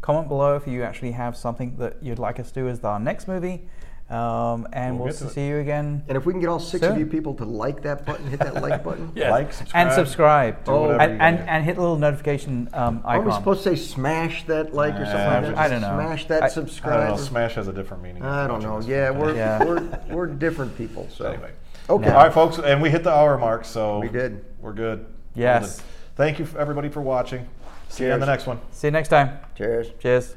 comment below if you actually have something that you'd like us to do as our next movie. Um, and
We'll
we'll,
get to it.
see you again.
and if we can get all six of
Soon.
you people to like that button, hit that like button.
like, subscribe,
And subscribe.
do whatever
and,
you gotta
and,
do.
and hit the little notification um,
Are we
icon. Uh,
supposed to say smash that like or something
Yeah,
like
we
that?
just-
I don't know.
Smash that
I-
I don't
subscribe.
know. Smash has a different meaning.
I don't know. Yeah, we're,
Yeah.
we're we're different people. So
Anyway.
okay.
All right, folks, and we hit the hour mark, so
We did.
We're good.
Yes.
Thank you, everybody, for watching. See you on the
Cheers.
next one.
see you next time.
Cheers.
Cheers.